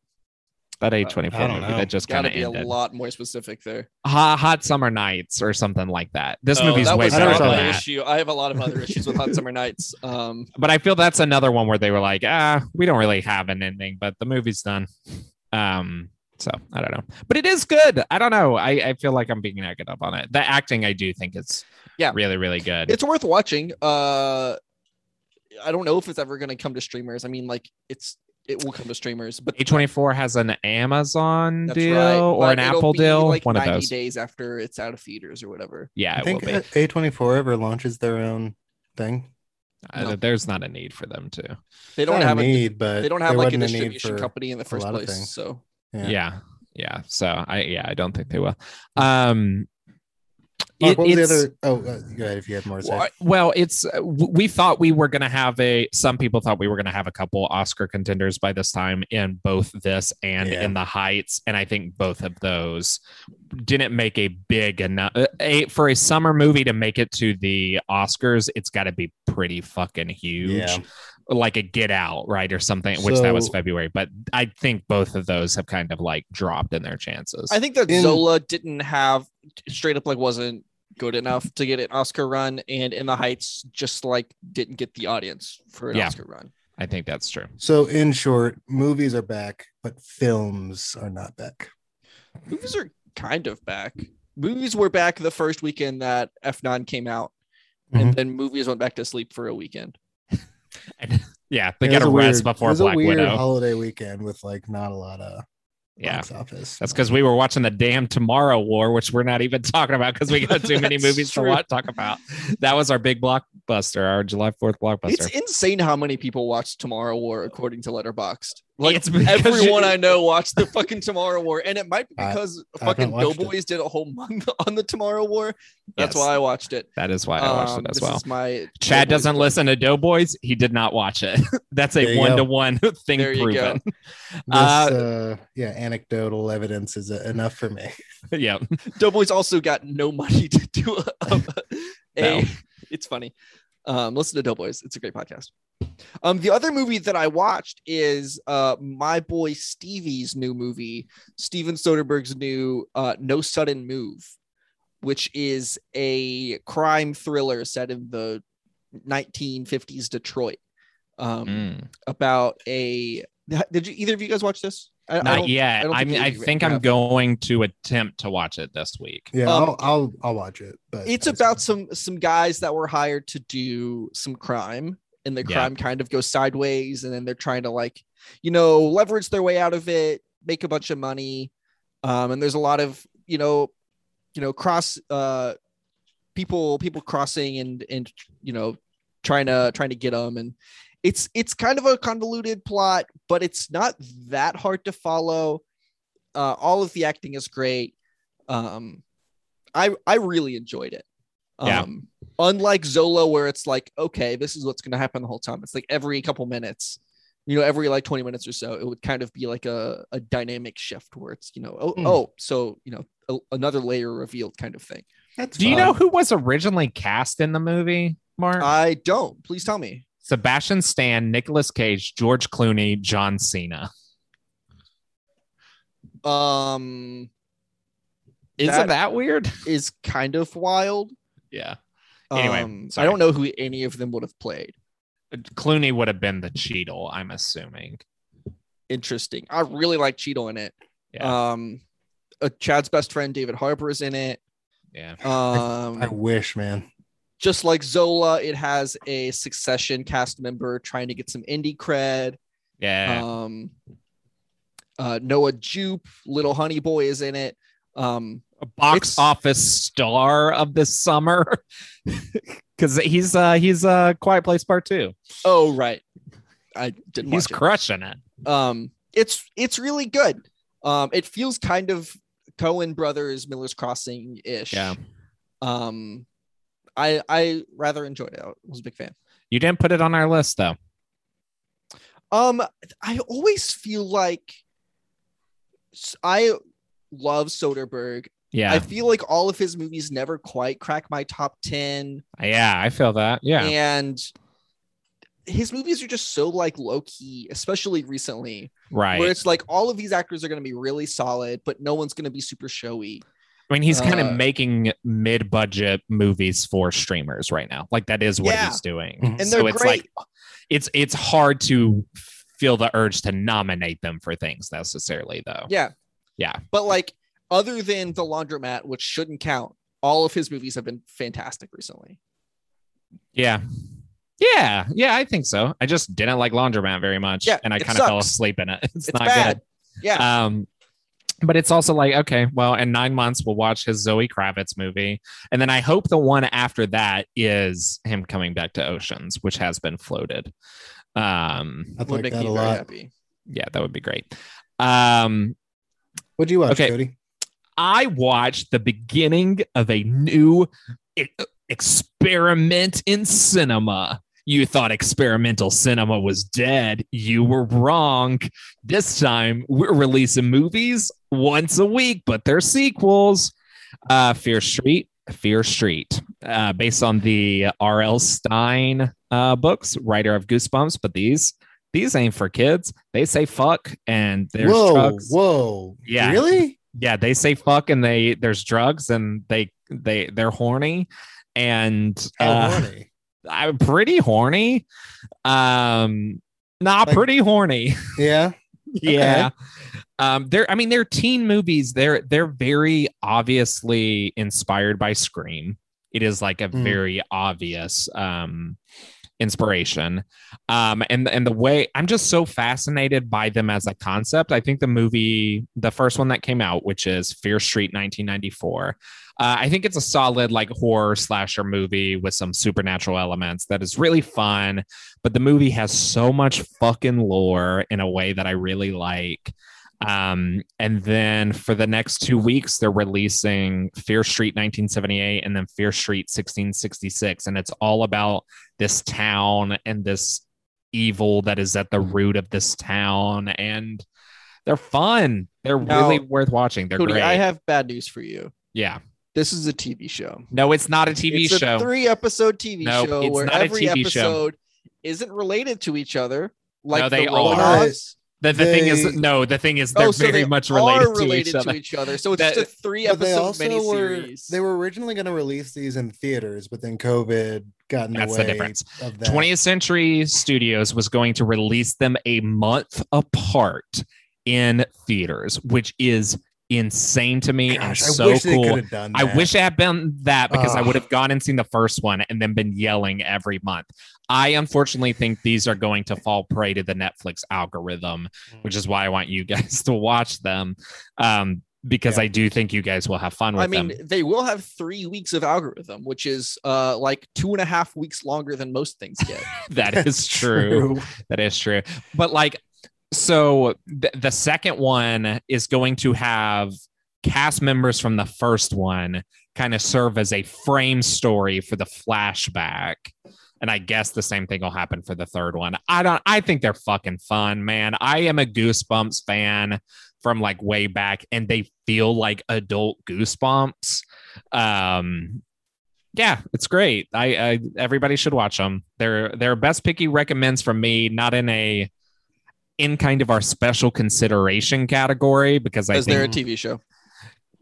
S1: That A twenty
S3: I
S1: four
S3: don't
S1: movie
S3: know.
S1: that just kind
S2: Gotta
S1: of
S2: be
S1: ended.
S2: a lot more specific there.
S1: Hot, Hot Summer Nights or something like that. This
S2: Oh,
S1: movie's
S2: that
S1: way
S2: was
S3: I never
S1: better
S2: not
S3: saw
S1: than
S2: my
S1: that.
S2: issue. I have a lot of other issues with Hot Summer Nights. Um,
S1: But I feel that's another one where they were like, ah, we don't really have an ending, but the movie's done. Um, so I don't know, but it is good. I don't know. I, I feel like I'm being negative on it. The acting, I do think it's
S2: Yeah.
S1: really really good.
S2: it's worth watching. Uh, I don't know if it's ever going to come to streamers. I mean, like, it's it will come to streamers, but
S1: A24 has an Amazon
S2: That's
S1: deal
S2: right.
S1: or
S2: But
S1: an
S2: it'll
S1: Apple
S2: be
S1: deal,
S2: Like
S1: one of
S2: 90
S1: those.
S2: days after it's out of theaters or whatever.
S1: Yeah,
S3: I
S1: it will
S3: think
S1: be.
S3: uh, A24 ever launches their own thing.
S1: Uh,
S2: no.
S1: There's not a need for them to.
S2: They don't
S3: Not a
S2: have a,
S3: need, but
S2: they don't have
S3: there
S2: like a
S3: wasn't need
S2: distribution
S3: for-
S2: company in the first
S3: lot of
S2: place.
S3: things.
S2: So
S1: Yeah.
S3: Yeah.
S1: yeah, So I yeah I don't think they will. Um,
S3: Mark,
S1: it-
S3: what was the
S1: it's-
S3: other? Oh, uh, go ahead if you had more to say.
S1: Well, I- Well, it's uh, w- we thought we were going to have a. Some people thought we were going to have a couple Oscar contenders by this time in both this and
S3: Yeah.
S1: in the Heights, and I think both of those didn't make a big enough uh, a for a summer movie to make it to the Oscars. It's got to be pretty fucking huge,
S3: Yeah.
S1: like a Get Out, right, or something. Which that was
S3: So-
S1: February, but I think both of those have kind of like dropped in their chances.
S2: I think that
S3: In-
S2: Zola didn't have straight up like wasn't good enough to get an Oscar run, and In the Heights just like didn't get the audience for an
S1: Yeah.
S2: Oscar run.
S1: I think that's true.
S3: So, in short, movies are back, but films are not back.
S2: Movies are kind of back. Movies were back the first weekend that F9 came out, and
S3: Mhm.
S2: then movies went back to sleep for a weekend.
S1: Yeah, they
S3: It
S1: got
S3: was
S1: a rest
S3: weird- it
S1: before
S3: was a
S1: Black
S3: weird
S1: Widow.
S3: holiday weekend with like not a lot of
S1: yeah.
S3: box office.
S1: That's because we were watching the damn Tomorrow War, which we're not even talking about because we got too many
S2: That's
S1: movies
S2: true.
S1: to watch, talk about. That was our big blockbuster, our July Fourth blockbuster.
S2: It's insane how many people watch Tomorrow War according to Letterboxd. Like
S1: It's because
S2: everyone
S1: you-
S2: I know watched the fucking Tomorrow War, and it might be
S3: I-
S2: because
S3: I
S2: fucking
S3: haven't watched it.
S2: Doughboys did a whole month on the Tomorrow War. That's
S1: Yes.
S2: why I watched it.
S1: that is why I watched
S2: Um,
S1: it as
S2: this
S1: well.
S2: is my
S1: Chad
S2: Doughboys
S1: doesn't
S2: plug.
S1: listen to Doughboys. He did not watch it. That's
S3: There
S1: a
S3: you go.
S1: one to one thing
S2: There you go.
S1: proven.
S3: This,
S1: Uh,
S3: uh, yeah, anecdotal evidence is uh, enough for me.
S1: yeah.
S2: Doughboys also got no money to do a. a-
S1: No.
S2: It's funny. Um, listen to Doughboys. It's a great podcast. Um, the other movie that I watched is uh, my boy Stevie's new movie, Steven Soderbergh's new uh, No Sudden Move, which is a crime thriller set in the 1950s Detroit. Um,
S1: Mm.
S2: About a did you either of you guys watch this? I, I
S1: Not
S2: don't-
S1: yet.
S2: don't
S1: I,
S2: think
S1: mean,
S2: you
S1: I
S2: even
S1: think
S2: have
S1: I'm
S2: it.
S1: going to attempt to watch it this week.
S3: Yeah,
S2: Um,
S3: I'll, I'll I'll watch it. But
S2: it's about some some guys that were hired to do some crime and the
S1: Yeah.
S2: crime kind of goes sideways and then they're trying to like you know leverage their way out of it make a bunch of money um and there's a lot of you know you know cross uh people people crossing and and you know trying to trying to get them and it's it's kind of a convoluted plot but it's not that hard to follow uh all of the acting is great um i i really enjoyed it
S1: Yeah.
S2: um unlike zola where it's like okay this is what's going to happen the whole time it's like every couple minutes you know every like 20 minutes or so it would kind of be like a, a dynamic shift where it's you know oh,
S3: Hmm.
S2: oh so you know a, another layer revealed kind of thing
S3: That's
S1: Do you
S3: fine.
S1: know who was originally cast in the movie? Mark?
S2: I don't. Please tell me.
S1: Sebastian Stan, Nicolas Cage, George Clooney, John Cena.
S2: Um,
S1: Isn't
S2: That-
S1: that, weird?
S2: is kind of wild.
S1: Yeah. Anyway,
S2: Um, I
S1: sorry.
S2: don't know who any of them would have played.
S1: Clooney would have been the Cheetle, I'm assuming.
S2: Interesting. I really like Cheeto in it.
S1: Yeah.
S2: Um, uh, Chad's best friend David Harper is in it.
S1: Yeah.
S2: Um,
S3: I wish, man.
S2: just like Zola, it has a succession cast member trying to get some indie cred.
S1: Yeah.
S2: Um, uh, Noah Jupe, Little Honey Boy is in it. Um,
S1: a box
S2: it's-
S1: office star of this summer. Cause he's uh he's uh quiet place part two.
S2: oh right, I didn't.
S1: He's
S2: watch it.
S1: crushing it.
S2: um it's it's really good um it feels kind of cohen brothers miller's crossing ish
S1: Yeah.
S2: um i i rather enjoyed it i was a big fan
S1: You didn't put it on our list though.
S2: um i always feel like s- i love soderbergh i
S1: Yeah.
S2: feel like all of his movies never quite crack my top 10
S1: yeah, I feel that. Yeah.
S2: and his movies are just so like low key especially recently
S1: right.
S2: where it's like all of these actors are going to be really solid, but no one's going to be super showy.
S1: I mean, he's kind
S2: Uh,
S1: of making mid-budget movies for streamers right now. Like that is what
S2: Yeah.
S1: he's doing.
S3: Mhm.
S2: And
S1: so
S2: they're
S1: it's
S2: great.
S1: like it's it's hard to feel the urge to nominate them for things necessarily though.
S2: Yeah.
S1: Yeah.
S2: But like, other than The Laundromat, which shouldn't count, all of his movies have been fantastic recently.
S1: Yeah. Yeah. Yeah, I think so. I just didn't like Laundromat very much.
S2: Yeah,
S1: and I
S2: it
S1: kind of fell
S2: sucks.
S1: asleep in it. It's,
S2: It's
S1: not
S2: bad.
S1: good.
S2: Yeah.
S1: Um but it's also like, okay, well, in nine months we'll watch his Zoe Kravitz movie. And then I hope the one after that is him coming back to Oceans, which has been floated. Um
S3: I'd
S2: would
S3: like
S2: make
S3: that
S2: me
S3: a
S2: very
S3: lot.
S2: happy.
S1: yeah, that would be great. Um
S3: What'd you watch,
S1: Okay.
S3: Cody?
S1: I watched the beginning of a new e- experiment in cinema. You thought experimental cinema was dead. You were wrong. This time, we're releasing movies once a week, but they're sequels. Uh, Fear Street, Fear Street, uh, based on the R.L. Stein uh, books, writer of Goosebumps. But these, these ain't for kids. They say fuck, and there's
S3: Whoa,
S1: drugs
S3: whoa.
S1: Yeah.
S3: Really?
S1: yeah they say fuck and they there's drugs and they they they're horny and
S3: How
S1: uh,
S3: horny.
S1: i'm pretty horny um not
S3: Like-
S1: pretty horny
S3: Yeah.
S1: yeah um they're i mean they're teen movies they're they're very obviously inspired by scream it is like a
S3: Mm.
S1: very obvious um inspiration um and and the way i'm just so fascinated by them as a concept i think the movie the first one that came out which is fear street 1994 uh, i think it's a solid like horror slasher movie with some supernatural elements that is really fun but the movie has so much fucking lore in a way that i really like um and then for the next two weeks they're releasing fear street 1978 and then fear street 1666 and it's all about this town and this evil that is at the root of this town and they're fun they're
S2: Now,
S1: really worth watching they're
S2: Cody,
S1: great
S2: I have bad news for you.
S1: yeah
S2: This is a TV show.
S1: no it's not a tv
S2: it's
S1: show
S2: a three episode TV
S1: No,
S2: show
S1: it's
S2: where
S1: not a
S2: every
S1: TV show.
S2: episode isn't related to each other. Like
S1: No, they
S2: the
S1: are.
S2: Romanovs.
S1: the, the thing is
S3: They-
S1: no the thing is they're
S2: Oh, so
S1: very
S2: they
S1: much
S2: are
S1: related,
S2: related
S1: to each other
S2: So it's
S1: That-
S2: just a three
S3: But they
S2: episode
S3: also were
S2: miniseries.
S3: they were originally going to release these in theaters, but then COVID got in
S1: That's
S3: the
S1: the
S3: way
S1: difference.
S3: of that.
S1: 20th Century Studios was going to release them a month apart in theaters, which is insane to me and
S3: Gosh, I
S1: so
S3: wish they could
S1: cool.
S3: have done
S1: I
S3: that.
S1: wish it had been that because I
S3: Ugh.
S1: would have gone and seen the first one and then been yelling every month. I unfortunately think these are going to fall prey to the Netflix algorithm,
S3: Hmm.
S1: which is why I want you guys to watch them um, because
S3: Yeah.
S1: I do think you guys will have fun with
S2: I mean,
S1: them.
S2: they will have three weeks of algorithm, which is uh like two and a half weeks longer than most things get.
S1: That is true. That is true. But like, so th- the second one is going to have cast members from the first one kind of serve as a frame story for the flashback. And I guess the same thing will happen for the third one. I don't, I think they're fucking fun, man. I am a Goosebumps fan from like way back, and they feel like adult Goosebumps. Um, yeah, it's great. I, I everybody should watch them. They're they're best picky recommends from me, not in a in kind of our special consideration category because I
S2: Is there a
S1: think
S2: TV show?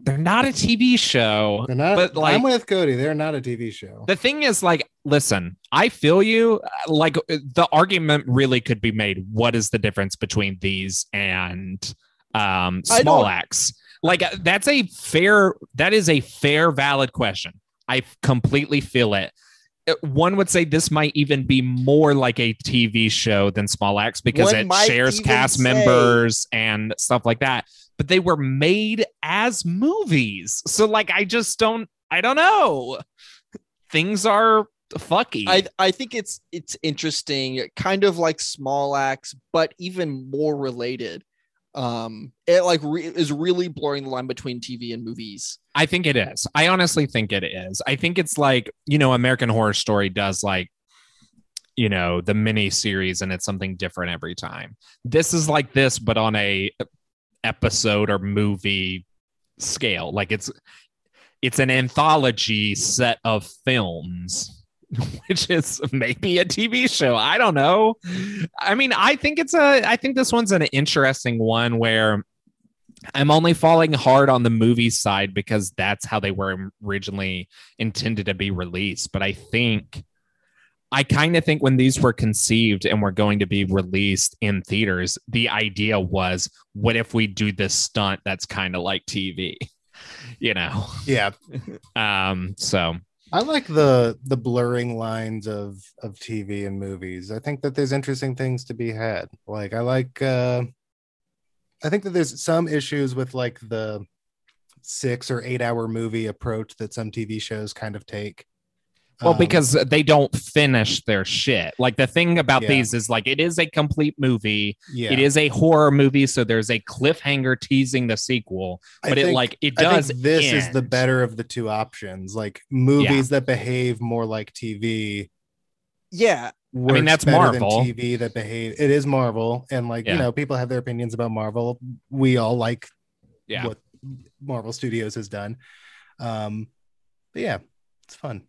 S1: they're not a TV show.
S3: They're not,
S1: But, like-
S3: I'm with Cody. They're not a TV show.
S1: The thing is, like, listen, I feel you. Uh, Like, the argument really could be made. What is the difference between these and um,
S2: I
S1: small
S2: don't-
S1: acts? Like, uh, that's a fair. That is a fair, valid question. I completely feel it. Uh, One would say this might even be more like a TV show than Small Acts because
S2: One
S1: it
S2: might
S1: shares
S2: even
S1: cast
S2: say-
S1: members and stuff like that. But they were made as movies, so like I just don't. I don't know things are fucky.
S2: I I think it's it's interesting, kind of like small acts, but even more related. Um, it like re- is really blurring the line between TV and movies.
S1: I think it is. I honestly think it is. I think it's like, you know, American Horror Story does like, you know, the mini series and it's something different every time. This is like this, but on a episode or movie scale. Like it's it's an anthology set of films, which is maybe a TV show. I don't know. I mean, I think it's a I think this one's an interesting one where I'm only falling hard on the movie side because that's how they were originally intended to be released. But I think, I kind of think when these were conceived and were going to be released in theaters, the idea was, what if we do this stunt that's kind of like TV? You know,
S3: Yeah,
S1: um, so
S3: I like the the blurring lines of of TV and movies. I think that there's interesting things to be had. Like I like uh I think that there's some issues with like the 6 or 8 hour movie approach that some TV shows kind of take.
S1: Well,
S3: Um,
S1: because they don't finish their shit. Like the thing about
S3: Yeah.
S1: these is like it is a complete movie.
S3: yeah.
S1: It is a horror movie, so there's a cliffhanger teasing the sequel.
S3: I
S1: But it
S3: think-
S1: like it
S3: I
S1: does.
S3: think this is the
S1: end.
S3: better of the two options. Like movies that behave more like TV.
S2: Yeah,
S3: Works
S1: that's
S3: better than
S1: Marvel.
S3: TV that behave. It is Marvel, and like
S1: Yeah.
S3: you know, people have their opinions about Marvel. We all like
S1: Yeah.
S3: what Marvel Studios has done. Um, but yeah, it's fun.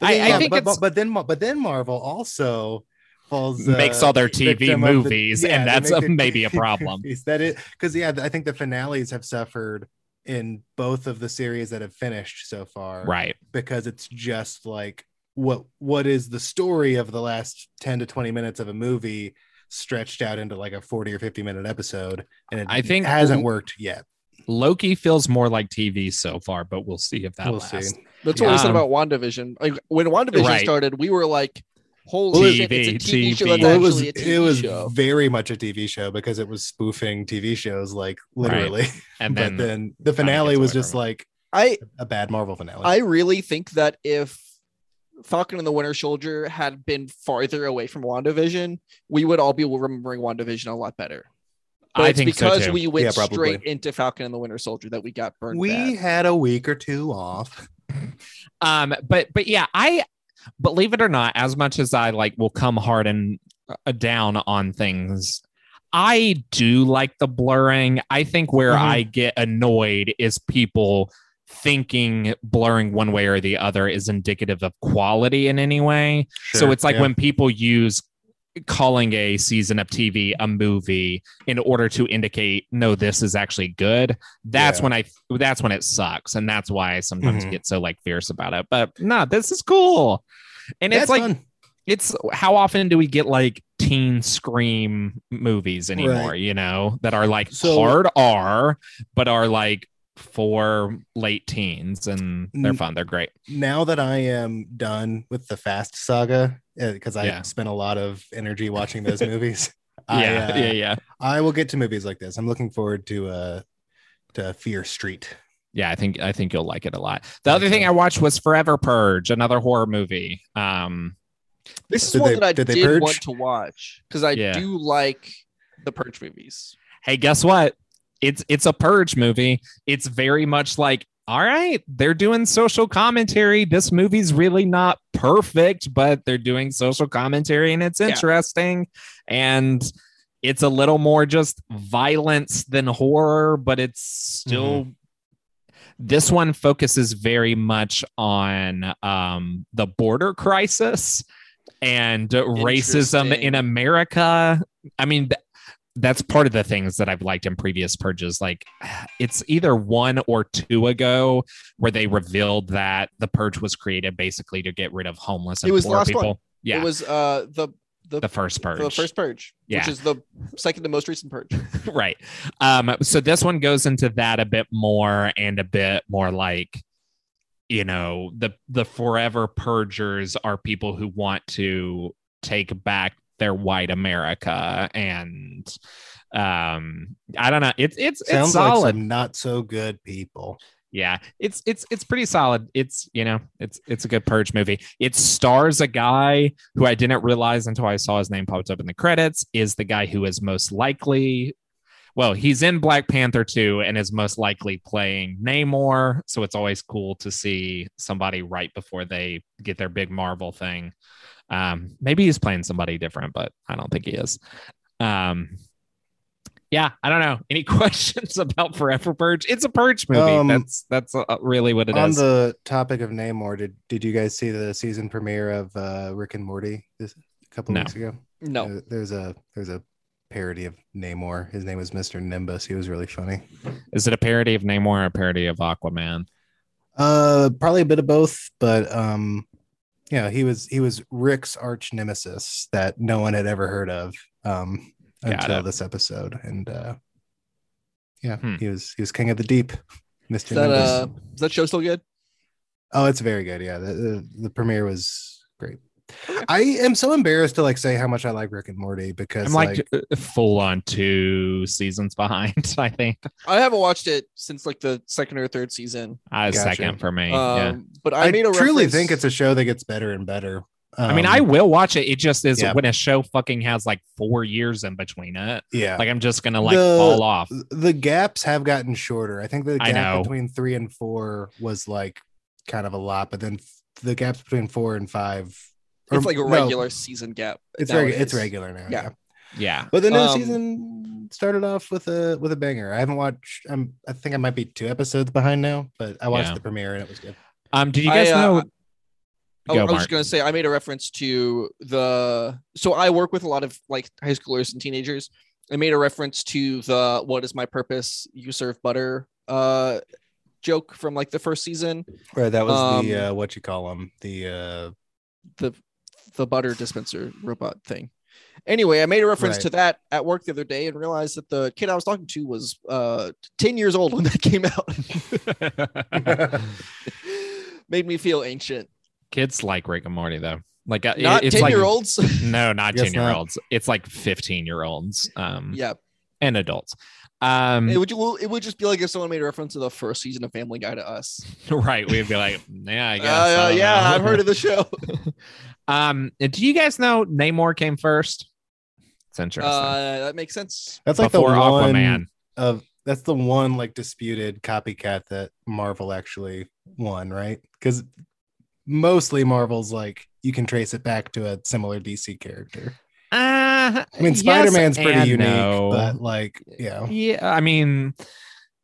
S1: I-
S3: then
S1: I
S3: Mar-
S1: think
S3: but,
S1: it's-
S3: but, but then Mar- but then Marvel also falls
S1: makes
S3: uh,
S1: all their TV
S3: victim of the-
S1: movies,
S3: yeah,
S1: and
S3: they
S1: that's
S3: make
S1: a,
S3: their
S1: maybe a
S3: TV
S1: problem.
S3: movies. That it because yeah, I think the finales have suffered in both of the series that have finished so far,
S1: right.
S3: Because it's just like what what is the story of the last ten to twenty minutes of a movie stretched out into like a forty or fifty minute episode, and it
S1: I think
S3: hasn't worked yet.
S1: Loki feels more like TV so far, but we'll see if that
S3: We'll
S1: lasts.
S3: see.
S2: that's what we said
S1: Um,
S2: about WandaVision. Like when WandaVision
S1: Right.
S2: started, we were like, "Holy shit, it's a
S1: TV,
S2: TV, show." That's
S1: Well,
S3: it
S2: actually
S3: was
S2: a TV
S3: it was
S2: show.
S3: very much a TV show because it was spoofing TV shows like
S1: Right.
S3: literally.
S1: And then,
S3: but then the
S1: kinda
S3: finale
S1: gets
S3: was
S1: away
S3: just
S1: from
S3: like
S2: I
S3: a bad Marvel finale.
S2: I really think that if Falcon and the Winter Soldier had been farther away from WandaVision, we would all be remembering WandaVision a lot better. But
S1: I
S2: it's
S1: think so,
S2: because
S1: too.
S2: we went
S3: Yeah, probably.
S2: straight into Falcon and the Winter Soldier that we got burned.
S3: we
S2: bad.
S3: had a week or two off.
S1: um, but but yeah, I believe it or not, as much as I like will come hard and uh, down on things. I do like the blurring. I think where
S3: Mhm.
S1: I get annoyed is people thinking blurring one way or the other is indicative of quality in any way. so it's like when people use calling a season of TV a movie in order to indicate no this is actually good that's
S3: Yeah.
S1: when I that's when it sucks and that's why I sometimes
S3: Mhm.
S1: get so like fierce about it but no this is cool and it's like it's how often do we get like teen scream movies anymore you know that are like
S3: So-
S1: hard R but are like for late teens and they're
S3: Mm.
S1: fun they're great
S3: now that I am done with the Fast saga because I
S1: Yeah.
S3: spent a lot of energy watching those movies.
S1: yeah
S3: I, uh,
S1: yeah yeah
S3: I will get to movies like this. I'm looking forward to uh to Fear Street.
S1: yeah, I think I think you'll like it a lot. The
S3: Okay.
S1: other thing I watched was Forever Purge, another horror movie. Um,
S2: This is
S3: Did
S2: one
S3: they-
S2: that I
S3: did
S2: did,
S3: they purge?
S2: want to watch because I
S1: Yeah.
S2: do like the Purge movies.
S1: hey, guess what? It's it's a purge movie. It's very much like, all right, they're doing social commentary. This movie's really not perfect, but they're doing social commentary and it's
S2: Yeah.
S1: interesting. And it's a
S2: Mm-hmm.
S1: little more just violence than horror, but it's still This one focuses very much on um, the border crisis and racism
S2: Interesting.
S1: in America. I mean, th- that's part of the things that I've liked in previous purges. Like, it's either one or two ago where they revealed that the purge was created basically to get rid of homeless and
S2: It was the
S1: poor
S2: last
S1: people.
S2: one.
S1: Yeah,
S2: It was uh the the
S1: the first purge.
S2: the first purge,
S1: Yeah.
S2: which is the second to most recent purge.
S1: right um so this one goes into that a bit more and a bit more like you know the the forever purgers are people who want to take back their white america and um i don't know it's it's it's
S3: Sounds
S1: solid
S3: like some not so good people.
S1: yeah it's it's it's pretty solid it's you know it's it's a good purge movie it stars a guy who i didn't realize until i saw his name popped up in the credits is the guy who is most likely well he's in black panther 2 and is most likely playing namor so it's always cool to see somebody right before they get their big marvel thing um maybe he's playing somebody different but i don't think he is um yeah, I don't know. Any questions about Forever Purge? It's a purge movie.
S3: Um,
S1: that's that's uh, really what it
S3: On
S1: is.
S3: the topic of Namor, did did you guys see the season premiere of uh, Rick and Morty this a couple
S1: No.
S3: weeks ago?
S2: No,
S3: There- There's a there's a parody of Namor. His name was Mr. Nimbus. He was really funny.
S1: is it a parody of Namor or a parody of Aquaman?
S3: Uh, probably a bit of both, but um, yeah, he was he was Rick's arch nemesis that no one had ever heard of um
S1: Got
S3: until
S1: it.
S3: this episode, and uh, yeah,
S1: Hmm.
S3: he was he was king of the deep, Mister
S2: is that
S3: Nimbus.
S2: uh is that show still good?
S3: Oh, it's very good. Yeah, the the, the premiere was great. I am so embarrassed to like say how much I like Rick and Morty because
S1: I'm like, uh, full on two seasons behind. I think
S2: I haven't watched it since like the second or third season.
S1: uh,
S3: Gotcha.
S1: second for me.
S2: Um,
S1: yeah.
S2: But I,
S3: I,
S2: made a
S3: truly
S2: reference-
S3: think it's a show that gets better and better.
S1: I mean,
S3: Um,
S1: I will watch it. It just is
S3: yeah.
S1: when a show fucking has like four years in between it.
S3: yeah.
S1: Like I'm just gonna like
S3: The-
S1: fall off.
S3: the gaps have gotten shorter. I think the
S1: I know.
S3: gap between three and four was like kind of a lot, but then f- the gaps between four and five, or-
S2: it's like a
S3: no,
S2: regular season gap.
S3: it's regu- it's
S2: nowadays.
S3: regular now.
S2: Yeah.
S3: Yeah.
S1: Yeah.
S3: but the new
S2: Um,
S3: season started off with a with a banger. I haven't watched. I'm, I think I might be two episodes behind now, but I watched
S1: Yeah.
S3: the premiere and it was good.
S1: Um. Did you
S2: I,
S1: guys
S2: uh,
S1: know?
S2: Oh,
S1: Go,
S2: I was
S1: Mark.
S2: just gonna say I made a reference to the so I work with a lot of like high schoolers and teenagers. I made a reference to the "What is my purpose? You serve butter" uh, joke from like the first season,
S3: Right, that was
S2: Um,
S3: the uh, what you call them the uh,
S2: the the butter dispenser robot thing. Anyway, I made a reference
S3: Right.
S2: to that at work the other day and realized that the kid I was talking to was uh, ten years old when that came out. made me feel ancient.
S1: Kids like Rick and Morty though. Like uh, it-
S2: Not
S1: it's
S2: ten
S1: like Mm-hmm.
S2: year olds.
S1: No, not
S3: Guess
S1: ten year olds. It's like fifteen year olds. Um,
S2: yeah,
S1: and adults. Um,
S3: Mm-hmm.
S2: it would it would just be like if someone made a reference to the first season of Family Guy to us.
S1: right. We'd be like, yeah, I guess.
S2: Uh,
S1: I don't
S2: yeah,
S1: know."
S2: I've heard of the show.
S1: Um, do you guys know Namor came first? It's interesting.
S2: Uh, that makes sense.
S3: that's like
S1: Before
S3: the one
S1: Aquaman.
S3: of that's the one like disputed copycat that Marvel actually won, right? Because mostly Marvel's like you can trace it back to a similar DC character.
S1: Uh,
S3: I mean,
S1: yes
S3: Spider Man's pretty
S1: and
S3: unique,
S1: no.
S3: but like, yeah,
S1: yeah, I mean,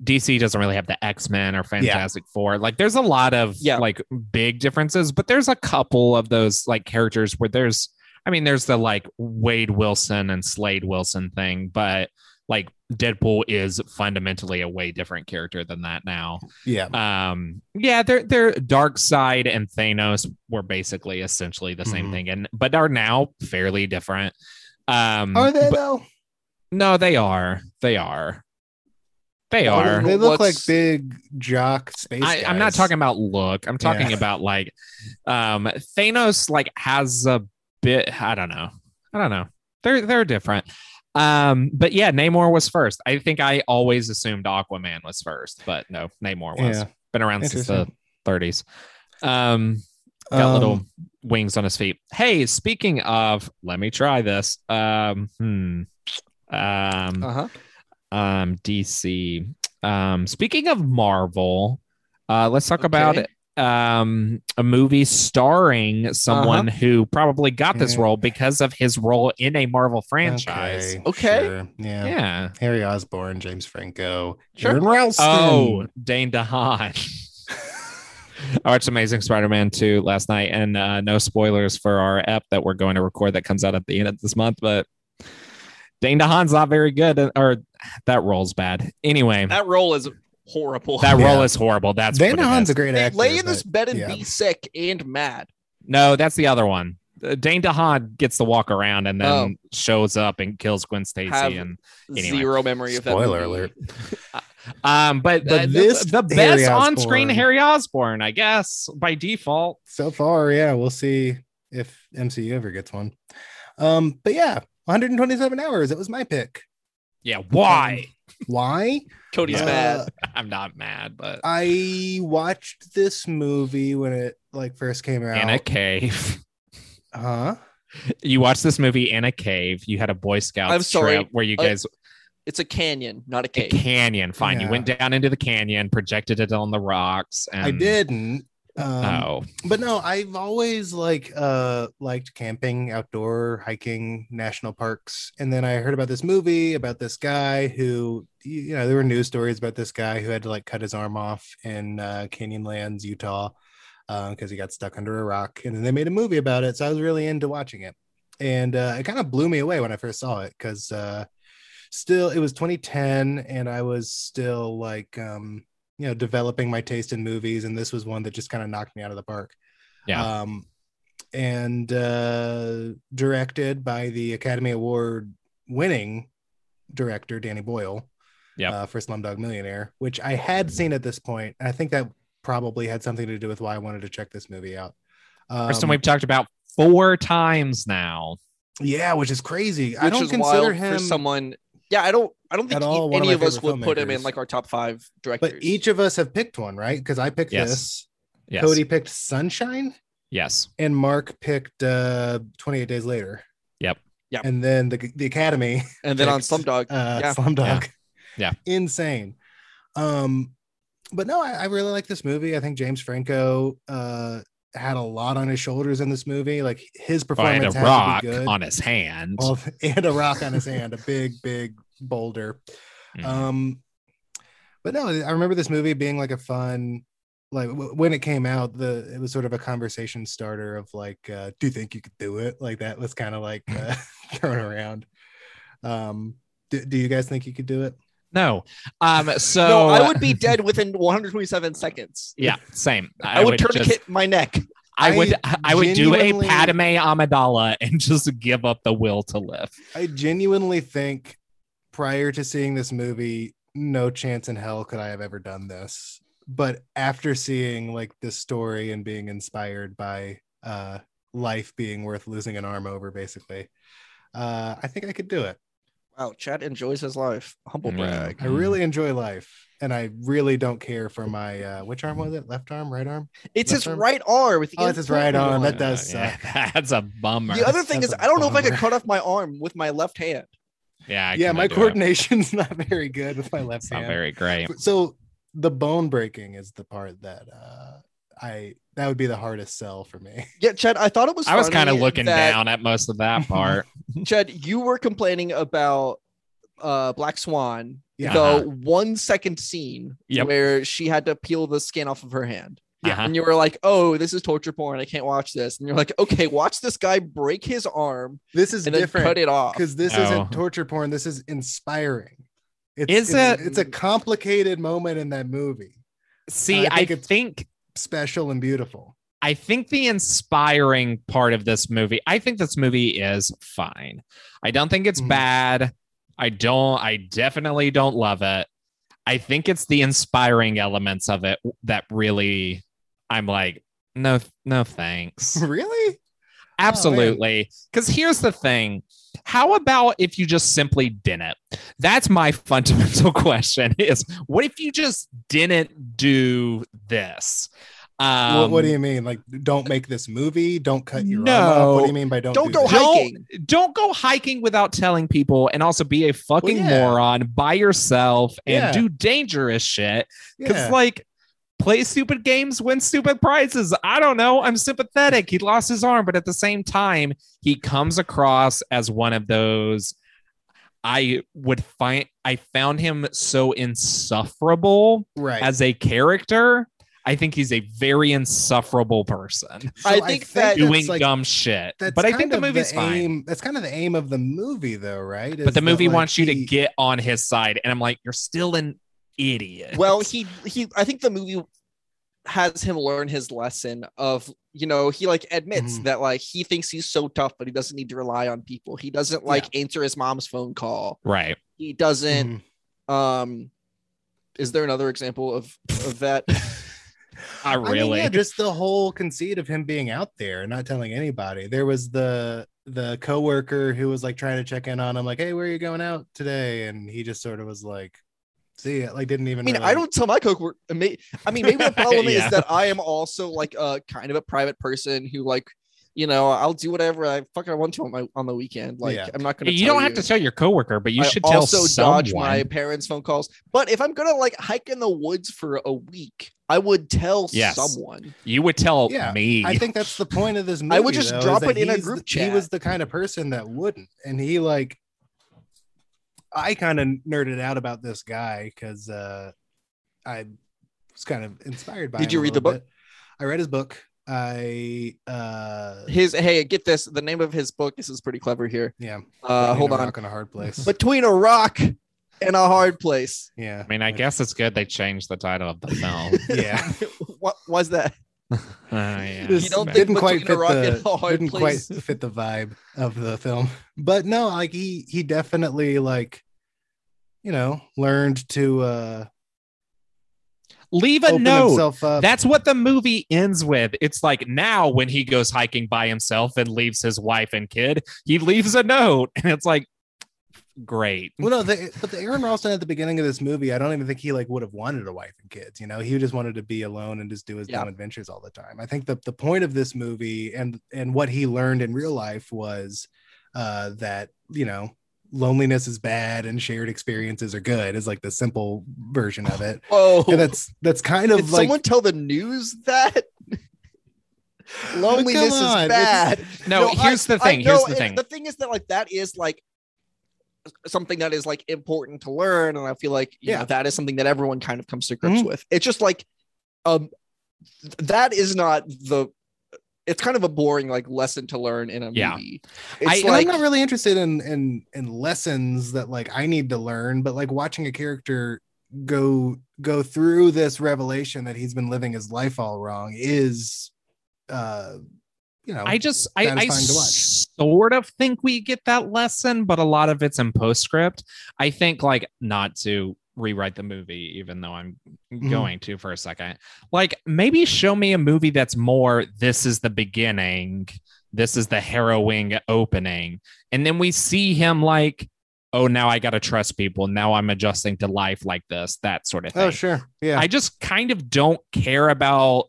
S1: DC doesn't really have the X Men or Fantastic Four. Like, there's a lot of
S2: Yeah.
S1: like big differences, but there's a couple of those like characters where there's, I mean, there's the like Wade Wilson and Slade Wilson thing, but like Deadpool is fundamentally a way different character than that now.
S3: yeah,
S1: Um, yeah, their their Dark Side and Thanos were basically essentially the same
S3: Mhm.
S1: thing, and but are now fairly different. Um,
S3: are they though?
S1: no, they are. They are. They
S2: Well,
S1: are.
S3: They look
S2: What's-
S3: like big jock space.
S1: I, I'm not
S3: guys.
S1: talking about look. I'm talking
S3: Yeah.
S1: about like um Thanos like has a bit I don't know. I don't know. They're they're different. Um, but yeah, Namor was first. I think I always assumed Aquaman was first, but no, Namor was.
S3: Yeah,
S1: Been around since the 30s.
S3: interesting.
S1: Um got
S3: Um,
S1: little wings on his feet. Hey, speaking of, let me try this. Um, hmm. Um,
S3: Mm-hmm.
S2: Uh huh.
S1: um DC. Um speaking of Marvel, uh let's talk about
S2: Okay.
S1: um, a movie starring someone who probably got this
S3: Uh-huh. Yeah.
S1: role because of his role in a Marvel franchise.
S3: Okay,
S2: Okay.
S3: sure, Yeah.
S1: Yeah.
S3: Harry Osborne, James Franco,
S2: Sure.
S3: Aaron Ralston.
S1: Oh, Dane DeHaan. I watched Amazing Spider-Man 2 last night, and uh, no spoilers for our app that we're going to record that comes out at the end of this month. But Dane DeHaan's not very good, uh, or that role's bad. Anyway, that,
S2: That role is horrible.
S1: role
S3: Yeah.
S1: is horrible. That's
S3: Van
S1: what it
S3: Haan's
S1: is.
S3: a great
S2: They
S3: actor.
S2: lay in
S3: but-
S2: this bed and
S3: yeah.
S2: be sick and mad.
S1: no, that's the other one. Uh, Dane DeHaan gets to walk around and then
S2: Oh.
S1: shows up and kills Gwen Stacy.
S2: Have-
S1: and Anyway.
S2: Zero memory of that.
S3: Spoiler
S2: movie.
S3: alert.
S1: um, but,
S3: But
S1: the-
S3: this
S1: the, the
S3: Harry
S1: best on-screen
S3: Osborn-
S1: Harry Osborn, I guess, by default.
S3: so far yeah we'll see if mcu ever gets one um but yeah 127 hours it was my pick Um,
S1: Yeah, why?
S3: why
S2: Cody's
S3: Uh,
S2: mad.
S1: I'm not mad, but
S3: i watched this movie when it like first came out Uh-huh.
S1: in a cave.
S3: huh
S1: you watched this movie in a cave. You had a Boy Scout
S2: I'm sorry.
S1: trip where you
S2: Uh,
S1: guys
S2: It's a canyon, not a
S1: a
S2: cave.
S1: canyon. Fine, you
S3: Yeah.
S1: went down into the canyon, projected it on the rocks, and
S3: i didn't um,
S1: oh,
S3: but no i've always like uh liked camping outdoor hiking national parks and then i heard about this movie about this guy who you you know there were news stories about this guy who had to like cut his arm off in uh, canyonlands utah because he got stuck under a rock and then they made a movie about it so i was really into watching it and uh, it kind of blew me away when i first saw it because uh, still it was 2010 and i was still like um you know developing my taste in movies and this was one that just kind of knocked me out of the park
S1: Yeah.
S3: um and uh directed by the academy award winning director danny boyle
S1: Yep.
S3: uh, for slumdog millionaire which i had seen at this point and i think that probably had something to do with why i wanted to check this movie out um,
S1: first time we've talked about four times now.
S3: yeah which is crazy i
S2: which
S3: don't
S2: is
S3: consider
S2: wild
S3: him
S2: for someone. Yeah, I don't. I don't
S3: At
S2: think
S3: all,
S2: e-
S3: one
S2: any
S3: of my
S2: of us
S3: favorite
S2: would put him in
S3: filmmakers.
S2: like our top five directors.
S3: but each of us have picked one right because i picked
S1: Yes.
S3: this
S1: Yes,
S3: cody picked sunshine
S1: yes,
S3: and Mark picked uh 28 days later.
S1: Yep.
S2: Yep.
S3: And then the the Academy
S2: and then on
S3: picks,
S2: Slumdog,
S3: uh
S2: Yeah.
S3: Slumdog.
S1: Yeah.
S3: Insane. Um but no, I, I really like this movie. I think James Franco uh had a lot on his shoulders in this movie. Like his
S1: Oh, and a
S3: performance had
S1: rock
S3: to be good.
S1: on his hand.
S3: Well, and a rock on his hand, a big, big boulder.
S1: Mhm.
S3: Um, but no, I remember this movie being like a fun, like w- when it came out, the it was sort of a conversation starter of like, uh, do you think you could do it? Like that was kind of like uh, thrown around. Um, do, do you guys think you could do it?
S1: no, um, so
S2: no, I would be dead within 127 seconds.
S1: yeah, same.
S2: I, would, turn
S1: just,
S2: my neck.
S1: I would, I, would do a
S3: genuinely-
S1: Padme Amidala and just give up the will to live.
S3: I genuinely think prior to seeing this movie, no chance in hell could I have ever done this. But after seeing like this story and being inspired by uh life being worth losing an arm over, basically, uh, I think I could do it.
S2: Wow, Chad enjoys his life. Humble
S1: Yeah.
S2: brag.
S3: I really enjoy life and I really don't care for my uh which arm was it? Left arm, right arm?
S2: It's
S3: Left
S2: his
S3: arm?
S2: right arm. with the
S3: Oh, it's his right
S2: important
S3: arm.
S2: one.
S3: That does
S1: Uh,
S3: suck.
S1: yeah, that's a bummer.
S2: The other thing
S3: That's
S2: is,
S3: a
S2: I don't know if I could
S3: bummer.
S2: cut off my arm with my left hand.
S1: yeah, I
S3: yeah,
S1: couldn't
S3: my
S1: do it.
S3: coordination's not very good with my left
S1: It's
S3: hand.
S1: not very great.
S3: so the bone breaking is the part that uh i that would be the hardest sell for me
S2: Yeah, Chad, I thought it was.
S1: I was kind of
S2: funny
S1: looking
S2: that,
S1: down at most of that part.
S2: Chad, you were complaining about uh, Black Swan,
S3: Yeah.
S2: the
S1: Uh-huh.
S2: one second scene
S1: Yep.
S2: where she had to peel the skin off of her hand.
S1: Yeah.
S2: And you were like, oh, this is torture porn. I can't watch this. And you're like, okay, watch this guy break his arm
S3: this is
S2: and then cut
S3: different
S2: it off.
S3: because this
S1: Oh.
S3: isn't torture porn this is inspiring it's,
S1: Is
S3: it's,
S2: it?
S3: it's a complicated moment in that movie
S1: See,
S3: I
S1: I
S3: think
S1: think,
S3: it's- special and beautiful
S1: I think the inspiring part of this movie, I think this movie is fine. I don't think it's
S3: Mhm.
S1: bad. I don't I definitely don't love it. I think it's the inspiring elements of it that really I'm like no no
S3: Oh,
S1: thanks.
S3: really
S1: Absolutely. Because here's the thing. How about if you just simply didn't? That's my fundamental question is what if you just didn't do this? Um,
S3: what, what do you mean like don't make this movie don't cut your arm
S1: No.
S3: off what do you mean by don't
S2: Don't
S3: do
S2: go
S3: this?
S1: Don't-
S2: hiking.
S1: don't go hiking without telling people and also be a fucking
S3: yeah.
S1: moron by yourself and
S3: Yeah.
S1: do dangerous shit. Because
S3: yeah.
S1: like play stupid games, win stupid prizes. I don't know. I'm sympathetic. He lost his arm, but at the same time, he comes across as one of those. I would find I found him so insufferable
S3: Right.
S1: as a character. I think he's a very insufferable person
S3: So
S2: I think that-
S3: that's,
S1: doing
S3: like,
S1: dumb shit.
S3: that's
S1: But I
S3: kind
S1: think the
S3: of
S1: movie's fine.
S3: aim- That's kind of the aim of the movie, though, right? Is
S1: but the
S3: that,
S1: movie
S3: like,
S1: wants you to
S3: he-
S1: get on his side, and I'm like, you're still an idiot.
S2: well he he i think the movie has him learn his lesson of you know he like admits
S3: Mhm.
S2: that like he thinks he's so tough but he doesn't need to rely on people he doesn't like answer his mom's phone call
S1: right.
S2: he doesn't
S3: Mhm.
S2: um is there another example of of that
S1: I
S3: I mean,
S1: really.
S3: yeah, just the whole conceit of him being out there, and not telling anybody. There was the the coworker who was like trying to check in on him, like, "Hey, where are you going out today?" And he just sort of was like, "See," ya," like didn't
S2: i
S3: even.
S2: mean
S3: really-
S2: i don't tell my coworker i mean I mean, maybe the problem
S1: Yeah.
S2: is that i am also like a kind of a private person who like you know i'll do whatever i fucking want to on my on the weekend like
S3: Yeah.
S2: i'm not gonna
S1: Hey, you
S2: tell
S1: don't have to tell your coworker, but you
S2: I
S1: should tell
S2: also
S1: someone.
S2: dodge my parents' phone calls. But if I'm gonna like hike in the woods for a week, I would tell
S1: Yes.
S2: someone.
S1: You would tell
S3: Yeah,
S1: me.
S3: I think that's the point of this movie.
S2: I would just
S3: though, is
S2: drop
S3: that
S2: it in a
S3: he's
S2: group
S3: the-
S2: chat.
S3: He was the kind of person that wouldn't, and he like. I kind of nerded out about this guy because uh, I was kind of inspired by.
S2: Did
S3: him
S2: you
S3: a
S2: read the
S3: little
S2: book?
S3: bit. I read his book. I uh,
S2: His hey, get this. The name of his book. This is pretty clever here.
S3: yeah.
S2: Uh,
S3: Between
S2: hold
S3: a
S2: on.
S3: Rock and a hard place.
S2: Between a rock and a hard place.
S3: yeah,
S1: I mean, I guess it's good they changed the title of the film.
S3: yeah.
S2: what was that?
S1: Oh, yeah.
S3: This
S2: You don't think
S3: didn't quite
S2: Between
S3: fit
S2: a Rock and a
S3: the
S2: Hard
S3: didn't quite
S2: Place-
S3: fit the vibe of the film. But no, like he he definitely like you know learned to uh
S1: Leave a
S3: open
S1: note.
S3: himself up.
S1: That's what the movie ends with. It's like now when he goes hiking by himself and leaves his wife and kid, he leaves a note, and it's like, great.
S3: well, no, the, but the Aaron Ralston at the beginning of this movie, I don't even think he like would have wanted a wife and kids. You know, he just wanted to be alone and just do his
S2: Yeah.
S3: dumb adventures all the time. I think the the point of this movie and and what he learned in real life was uh, that you know loneliness is bad and shared experiences are good. Is like the simple version of it.
S2: Oh,
S3: And that's that's kind
S2: did
S3: of like
S2: someone tell the news that loneliness
S3: Come
S2: is
S3: on, it's-
S2: bad?
S1: No,
S2: I-
S1: here's the
S2: I
S1: thing. Here's
S2: know,
S1: the
S2: and
S1: thing.
S2: The thing is that like that is like something that is like important to learn, and I feel like yeah,
S3: Yeah.
S2: that is something that everyone kind of comes to grips
S3: Mhm.
S1: Mm-hmm.
S2: with. It's just like, um, th- that is not the. It's kind of a boring like lesson to learn in a
S1: Yeah.
S2: movie.
S1: I-
S2: It's
S3: And
S2: like
S3: I'm not really interested in in in lessons that like I need to learn, but like watching a character go go through this revelation that he's been living his life all wrong is uh you know
S1: I just I, I
S3: satisfying to watch.
S1: sort of think we get that lesson, but a lot of it's in postscript. I think like not to rewrite the movie, even though I'm
S3: Mhm.
S1: going to for a second. Like maybe show me a movie that's more this is the beginning, this is the harrowing opening. And then we see him like, oh now I gotta trust people. Now I'm adjusting to life like this, that sort of thing.
S3: oh sure yeah
S1: I just kind of don't care about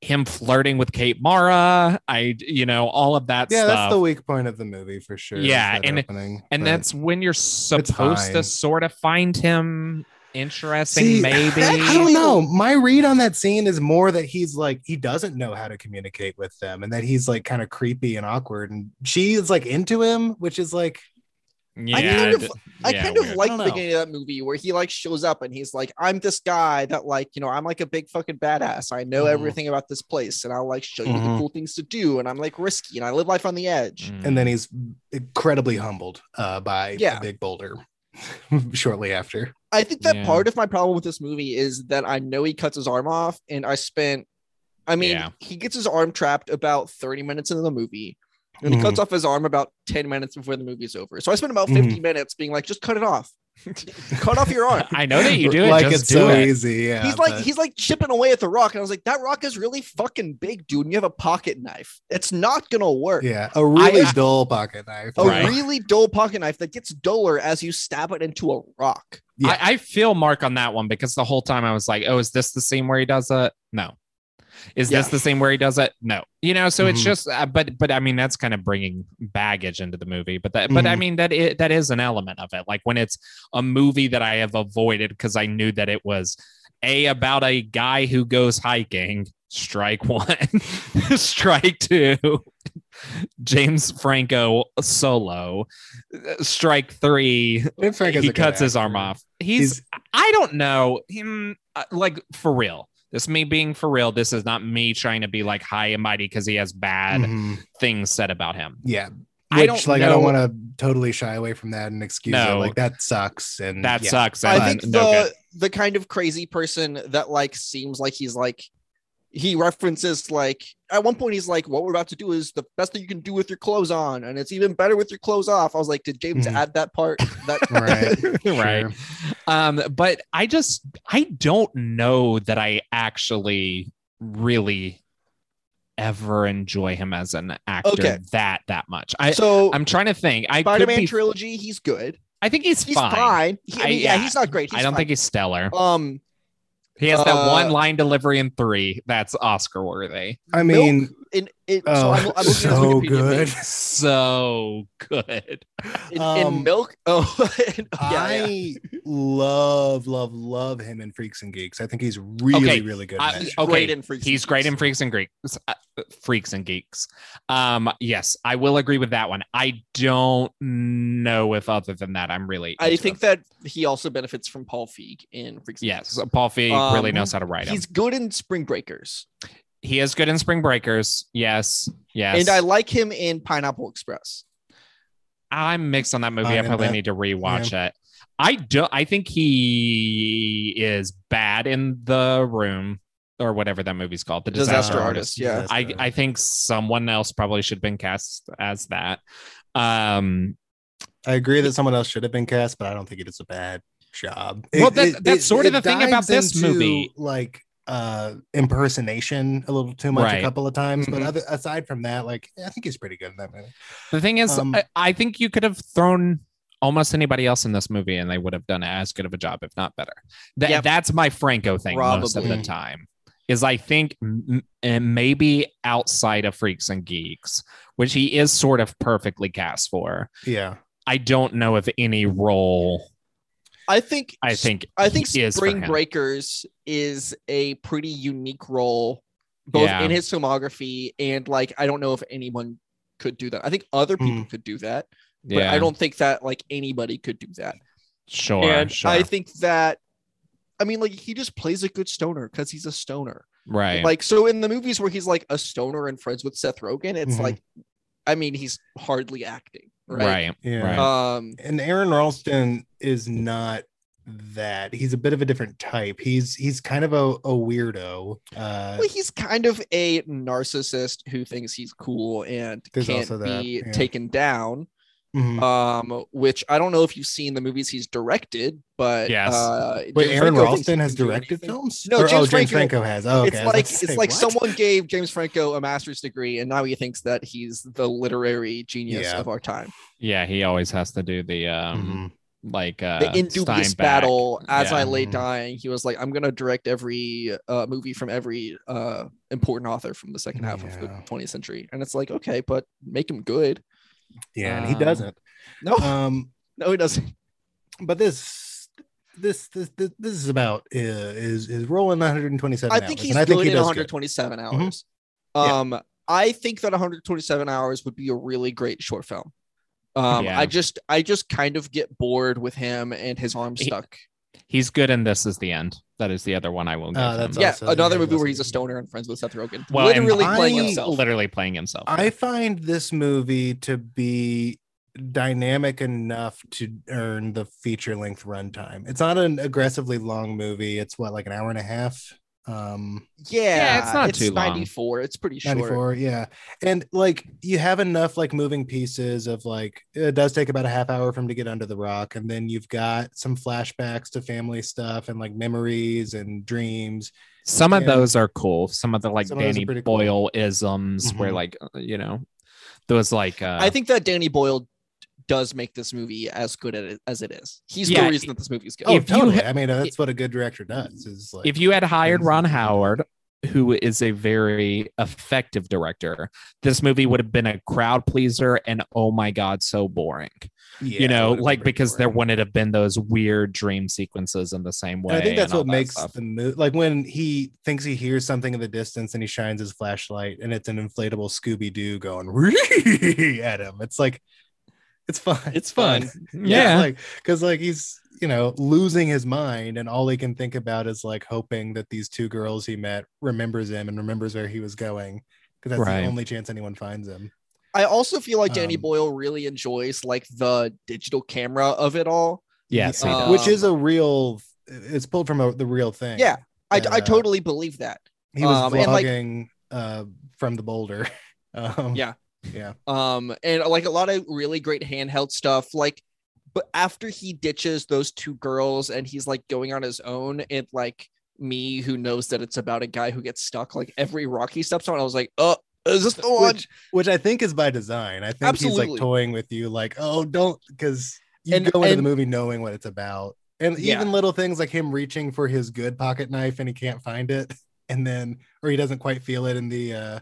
S1: him flirting with Kate Mara. I, you know, all of that
S3: yeah
S1: stuff.
S3: that's the weak point of the movie for sure is
S1: Yeah,
S3: that
S1: and-
S3: opening,
S1: and
S3: but-
S1: that's when you're supposed to
S3: fine.
S1: sort of find him interesting,
S3: See,
S1: maybe.
S3: I don't know. My read on that scene is more that he's like he doesn't know how to communicate with them, and that he's like kind of creepy and awkward. And she is like into him, which is like
S1: yeah,
S2: I kind of-
S1: d-
S2: I
S1: yeah,
S2: kind of
S1: weird.
S2: like
S3: I
S2: the
S3: don't know.
S2: beginning of that movie where he like shows up and he's like, "I'm this guy that like you know I'm like a big fucking badass. I know
S1: Mm-hmm.
S3: Mhm.
S2: everything about this place, and I'll like show you the
S3: Mhm.
S2: cool things to do, and I'm like risky, and I live life on the edge."
S1: Mm.
S3: and then he's incredibly humbled uh, by
S2: Yeah.
S3: a big boulder shortly after.
S2: I think that
S1: Yeah.
S2: part of my problem with this movie is that I know he cuts his arm off, and I spent, I mean,
S1: Yeah.
S2: he gets his arm trapped about 30 minutes into the movie, and he
S3: Mhm.
S2: cuts off his arm about 10 minutes before the movie's over. So I spent about 50 minutes being like, just cut it off, cut off your arm.
S1: I know that you do it.
S3: like
S1: just
S3: it's
S1: do
S3: so
S1: it.
S3: easy. Yeah,
S2: he's like
S3: but-
S2: he's like chipping away at the rock, and I was like, that rock is really fucking big, dude. And you have a pocket knife. It's not gonna work.
S3: yeah, a really
S1: I-
S3: dull pocket knife.
S2: A
S1: Right.
S2: Oh, really dull pocket knife that gets duller as you stab it into a rock.
S3: Yeah.
S1: I, I feel Mark on that one because the whole time I was like, oh, is this the scene where he does it? No. Is this
S2: Yeah.
S1: the same where he does it? No. You know, so it's
S3: Mhm.
S1: just, uh, but, but I mean, that's kind of bringing baggage into the movie. But that, but I
S3: Mhm.
S1: mean, that is, that is an element of it. Like when it's a movie that I have avoided because I knew that it was A about a guy who goes hiking. Strike one. Strike two. James Franco solo. Strike three.
S3: James Franco's
S1: he
S3: a good
S1: cuts his
S3: actor.
S1: arm off. He's
S3: He's,
S1: I don't know him uh, like for real. This me being for real. This is not me trying to be like high and mighty because he has bad
S3: mhm.
S1: things said about him.
S3: yeah.
S1: I
S3: Which
S1: don't
S3: like I
S1: know-
S3: don't want to totally shy away from that and excuse
S1: No.
S3: it. Like that sucks. And
S1: That
S3: yeah.
S1: sucks. And
S2: I think
S1: Uh, no
S2: the
S1: good.
S2: the kind of crazy person that like seems like he's like he references like at one point he's like, "What we're about to do is the best that you can do with your clothes on, and it's even better with your clothes off." I was like, "Did James
S3: Mhm.
S2: add that part?" That
S3: Right.
S1: Hmm. right. Um, but I just I don't know that I actually really ever enjoy him as an actor
S2: Okay.
S1: that that much. I
S2: so
S1: I'm trying to think. I could
S2: Spider-Man
S1: be-
S2: trilogy, he's good.
S1: I think he's,
S2: He's
S1: fine.
S2: fine. He- I
S1: I-
S2: mean, yeah,
S1: yeah.
S2: he's not great.
S1: I don't think he's stellar.
S2: He's um.
S1: He has that
S2: Uh,
S1: one line delivery in three that's Oscar worthy.
S3: I mean,
S2: In, in, so
S3: oh,
S2: I'm, I'm looking
S3: so
S2: at his Wikipedia
S3: good.
S2: page.
S1: So good.
S2: In, in
S3: Um,
S2: milk. Oh, yeah,
S3: I
S2: yeah.
S3: love, love, love him in Freaks and Geeks. I think he's really,
S1: Okay,
S3: really good.
S1: I-
S3: in that show.
S1: okay,
S2: Great in Freaks
S1: He's
S2: and
S1: great
S2: Geeks.
S1: in Freaks and Geeks. uh, Freaks and Geeks. Um, yes, I will agree with that one. I don't know if other than that, I'm really.
S2: I
S1: into
S2: think
S1: him.
S2: that he also benefits from Paul Feig in Freaks. and
S1: yes, Paul Feig
S2: Um,
S1: really knows how to write him.
S2: He's good in Spring Breakers,
S1: He is good in Spring Breakers. Yes, yes.
S2: and I like him in Pineapple Express.
S1: I'm mixed on that movie.
S3: I'm
S1: I
S3: in
S1: probably
S3: that.
S1: need to rewatch it. I do. I think he is bad in the room or whatever that movie's called, the
S2: Disaster
S1: disaster, artist.
S2: Artist, yeah.
S3: Disaster
S1: I,
S3: Artist.
S1: I think someone else probably should have been cast as that. Um,
S3: I agree that someone else should have been cast, but I don't think it is a bad job.
S1: Well,
S3: It-
S1: that-
S3: it-
S1: that's
S3: it-
S1: sort of the
S3: it
S1: thing about
S3: dives
S1: this movie.
S3: like uh impersonation a little too much
S1: Right.
S3: a couple of times but
S1: Mhm.
S3: other, aside from that like i think he's pretty good in that movie
S1: the thing is,
S3: Um,
S1: I, I think you could have thrown almost anybody else in this movie and they would have done as good of a job, if not better. That
S2: Yep.
S1: that's my Franco thing most of the
S3: Probably.
S1: time. Is I think m- and maybe outside of Freaks and Geeks, which he is sort of perfectly cast for.
S3: yeah
S1: I don't know if any role
S2: I think.
S1: I think
S2: I think
S1: is for
S2: Spring
S1: him.
S2: Breakers is a pretty unique role, both
S1: Yeah.
S2: in his filmography and like I don't know if anyone could do that. I think other people could do that, but
S1: Hmm. yeah,
S2: I don't think that like anybody could do that.
S1: sure,
S2: and
S1: sure.
S2: I think that. I mean, like he just plays a good stoner because he's a stoner.
S1: right.
S2: Like so in the movies where he's like a stoner and friends with Seth Rogen, it's
S1: Mm-hmm.
S3: Mhm.
S2: like I mean, he's hardly acting, right?
S1: right.
S3: yeah
S1: Right.
S2: Um
S3: and Aaron Ralston is not that. He's a bit of a different type. He's he's kind of a, a weirdo. Uh,
S2: well, he's kind of a narcissist who thinks he's cool and
S3: There's
S2: can't
S3: also that,
S2: be
S3: yeah.
S2: taken down.
S1: Mm-hmm.
S3: mhm.
S2: Um, which I don't know if you've seen the movies he's directed, but
S1: Yes.
S2: uh,
S3: Wait,
S2: James
S3: Aaron
S2: Franco thinks
S3: Ralston
S2: he
S3: has
S2: can do
S3: directed
S2: anything.
S3: films?
S2: No,
S3: Or- oh,
S2: James
S3: James
S2: Franco-
S3: Franco has. Oh, okay.
S2: It's
S3: I was about
S2: like
S3: to say,
S2: it's like
S3: what?
S2: someone gave James Franco a master's degree, and now he thinks that he's the literary genius
S3: Yeah.
S2: of our time.
S1: Yeah, he always has to do the um
S3: Mhm.
S1: like uh
S2: Mm-hmm. the indubious
S1: Steinbeck.
S2: battle as
S1: Yeah.
S2: i lay
S3: Mhm.
S2: dying he was like i'm gonna direct every uh, movie from every uh, important author from the second half of the
S3: Yeah.
S2: 20th century and it's like okay but make him good
S3: Yeah, and he
S1: Um,
S3: doesn't.
S2: no
S3: Um,
S2: no he doesn't
S3: but this this this this, this is about uh, is is rolling 127.
S2: i think
S3: hours,
S2: he's
S3: and I think
S2: good
S3: he
S2: in
S3: does
S2: 127
S1: Mm-hmm.
S3: Mhm.
S2: hours
S3: Yeah.
S2: um i think that 127 hours would be a really great short film um
S1: Yeah.
S2: i just i just kind of get bored with him and his arm
S1: He-
S2: stuck
S1: He's good in this is the end. That is the other one I will give
S3: Uh,
S1: him.
S3: that's
S2: yeah
S3: also-
S2: another
S3: yeah,
S2: movie where
S3: that's-
S2: he's a stoner and friends with seth rogen
S1: Well, and
S2: literally playing
S3: I-
S2: himself
S1: Literally playing himself.
S3: I find this movie to be dynamic enough to earn the feature length runtime. It's not an aggressively long movie. It's what like an hour and a half. Um
S2: Yeah,
S1: Yeah, it's not too long.
S2: 94. It's pretty short.
S3: 94, yeah. And like you have enough like moving pieces of like it does take about a half hour for him to get under the rock and then you've got some flashbacks to family stuff and like memories and dreams.
S1: Some of
S3: Yeah.
S1: those are cool. Some of the like
S3: Some of those are
S1: Danny
S3: pretty cool.
S1: Boyle isms, where
S3: Mhm.
S1: like uh, you know, those like uh,
S2: Mm-hmm. I think that Danny Boyle d- does make this movie as good at it as it is. He's
S1: Yeah,
S2: the reason that this movie is good.
S3: Oh,
S1: If you
S3: totally.
S1: ha-
S3: I mean, that's what a good director does is like
S1: if you had hired
S3: things
S1: Ron
S3: that-
S1: Howard who is a very effective director. This movie would have been a crowd pleaser and oh my god, so boring.
S3: Yeah,
S1: you know,
S3: it would've
S1: like
S3: been
S1: because there
S3: boring.
S1: wouldn't have been those weird dream sequences in the same way.
S3: And I think that's
S1: and all
S3: what
S1: that
S3: makes
S1: stuff.
S3: the movie like when he thinks he hears something in the distance and he shines his flashlight and it's an inflatable Scooby Doo going at him. It's like it's fun.
S1: it's fun.
S3: It's
S1: Yeah.
S3: like because like he's you know losing his mind and all he can think about is like hoping that these two girls he met remembers him and remembers where he was going because that's
S1: Right.
S3: the only chance anyone finds him.
S2: Oh, I also feel like Danny
S3: Um,
S2: Boyle really enjoys like the digital camera of it all.
S1: Yes. he
S2: Uh,
S1: does.
S3: which is a real. It's pulled from a, the real thing.
S2: Yeah, I,
S3: And,
S2: I
S3: uh,
S2: totally believe that.
S3: He was
S2: Um, and, like-
S3: vlogging uh, from the boulder. Um,
S2: Yeah.
S3: Yeah.
S2: Um, and like a lot of really great handheld stuff. Like, but after he ditches those two girls and he's like going on his own, and like me who knows that it's about a guy who gets stuck, like every rock he steps on, I was like, oh, is this the one?
S3: Which, which I think is by design. I think he's
S2: Absolutely.
S3: like toying with you, like, oh, don't, because you
S2: And-
S3: go into the
S2: and-
S3: movie knowing what it's about. And
S2: Yeah.
S3: even little things like him reaching for his good pocket knife and he can't find it. And then, or he doesn't quite feel it in the uh,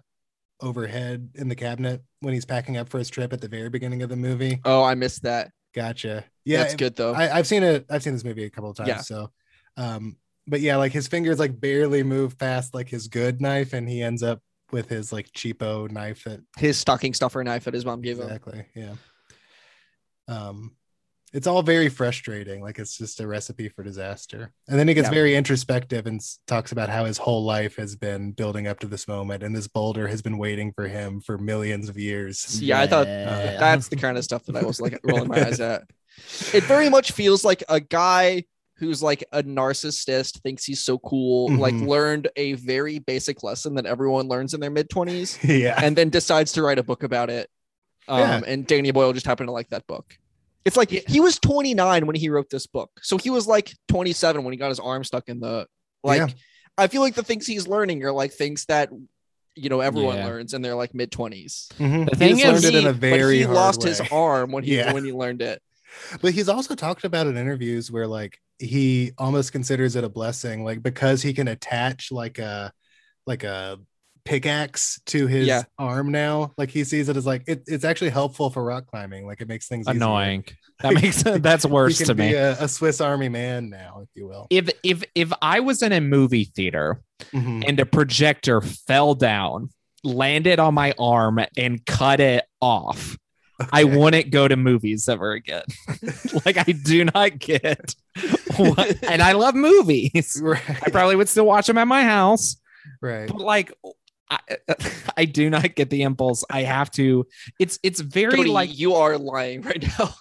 S3: overhead in the cabinet when he's packing up for his trip at the very beginning of the movie.
S2: Oh, I missed that.
S3: Gotcha. Yeah.
S2: That's
S3: it-
S2: good though.
S3: I, I've seen it. I've seen this movie a couple of times.
S2: Oh. Yeah.
S3: So, um, but yeah, like his fingers like barely move past like his good knife, and he ends up with his like cheapo knife that
S2: his stocking stuffer knife that his mom gave him.
S3: exactly, yeah. Um, it's all very frustrating. Like it's just a recipe for disaster. And then he gets
S2: Yeah.
S3: very introspective and s- talks about how his whole life has been building up to this moment, and this boulder has been waiting for him for millions of years.
S2: See, I thought
S3: Oh,
S1: Yeah.
S2: that's the kind of stuff that I was like rolling my eyes at. It very much feels like a guy who's like a narcissist thinks he's so cool, like
S3: Mhm.
S2: learned a very basic lesson that everyone learns in their mid 20s
S3: yeah.
S2: and then decides to write a book about it. Um,
S3: Yeah.
S2: And Danny Boyle just happened to like that book. It's like
S1: Yeah.
S2: he was 29 when he wrote this book. So he was like 27 when he got his arm stuck in the like
S3: Yeah.
S2: I feel like the things he's learning are like things that you know everyone
S1: Yeah.
S2: learns in their like mid 20s.
S3: Mhm.
S1: The
S3: He
S1: thing
S3: just learned
S1: is-
S3: it in a
S2: But
S3: very
S2: he
S3: hard
S2: lost his
S3: way.
S2: arm when he
S3: Yeah.
S2: when he learned it.
S3: But he's also talked about in interviews where like he almost considers it a blessing, like because he can attach like a like a pickaxe to his
S2: Yeah.
S3: arm now. Like he sees it as like it, it's actually helpful for rock climbing. Like it makes things easier.
S1: annoying. That makes that's
S3: He
S1: worse
S3: can
S1: to
S3: be
S1: me.
S3: A, a Swiss Army man now, if you will.
S1: if if if I was in a movie theater
S3: Mhm.
S1: and a projector fell down, landed on my arm, and cut it off, I
S3: Okay.
S1: wouldn't go to movies ever again. like I do not get, what, and I love movies. I
S3: Right,
S1: probably would still watch them at my house,
S3: right.
S1: but like. I, I do not get the impulse. I have to. It's it's very
S2: Cody,
S1: like
S2: you are lying right now.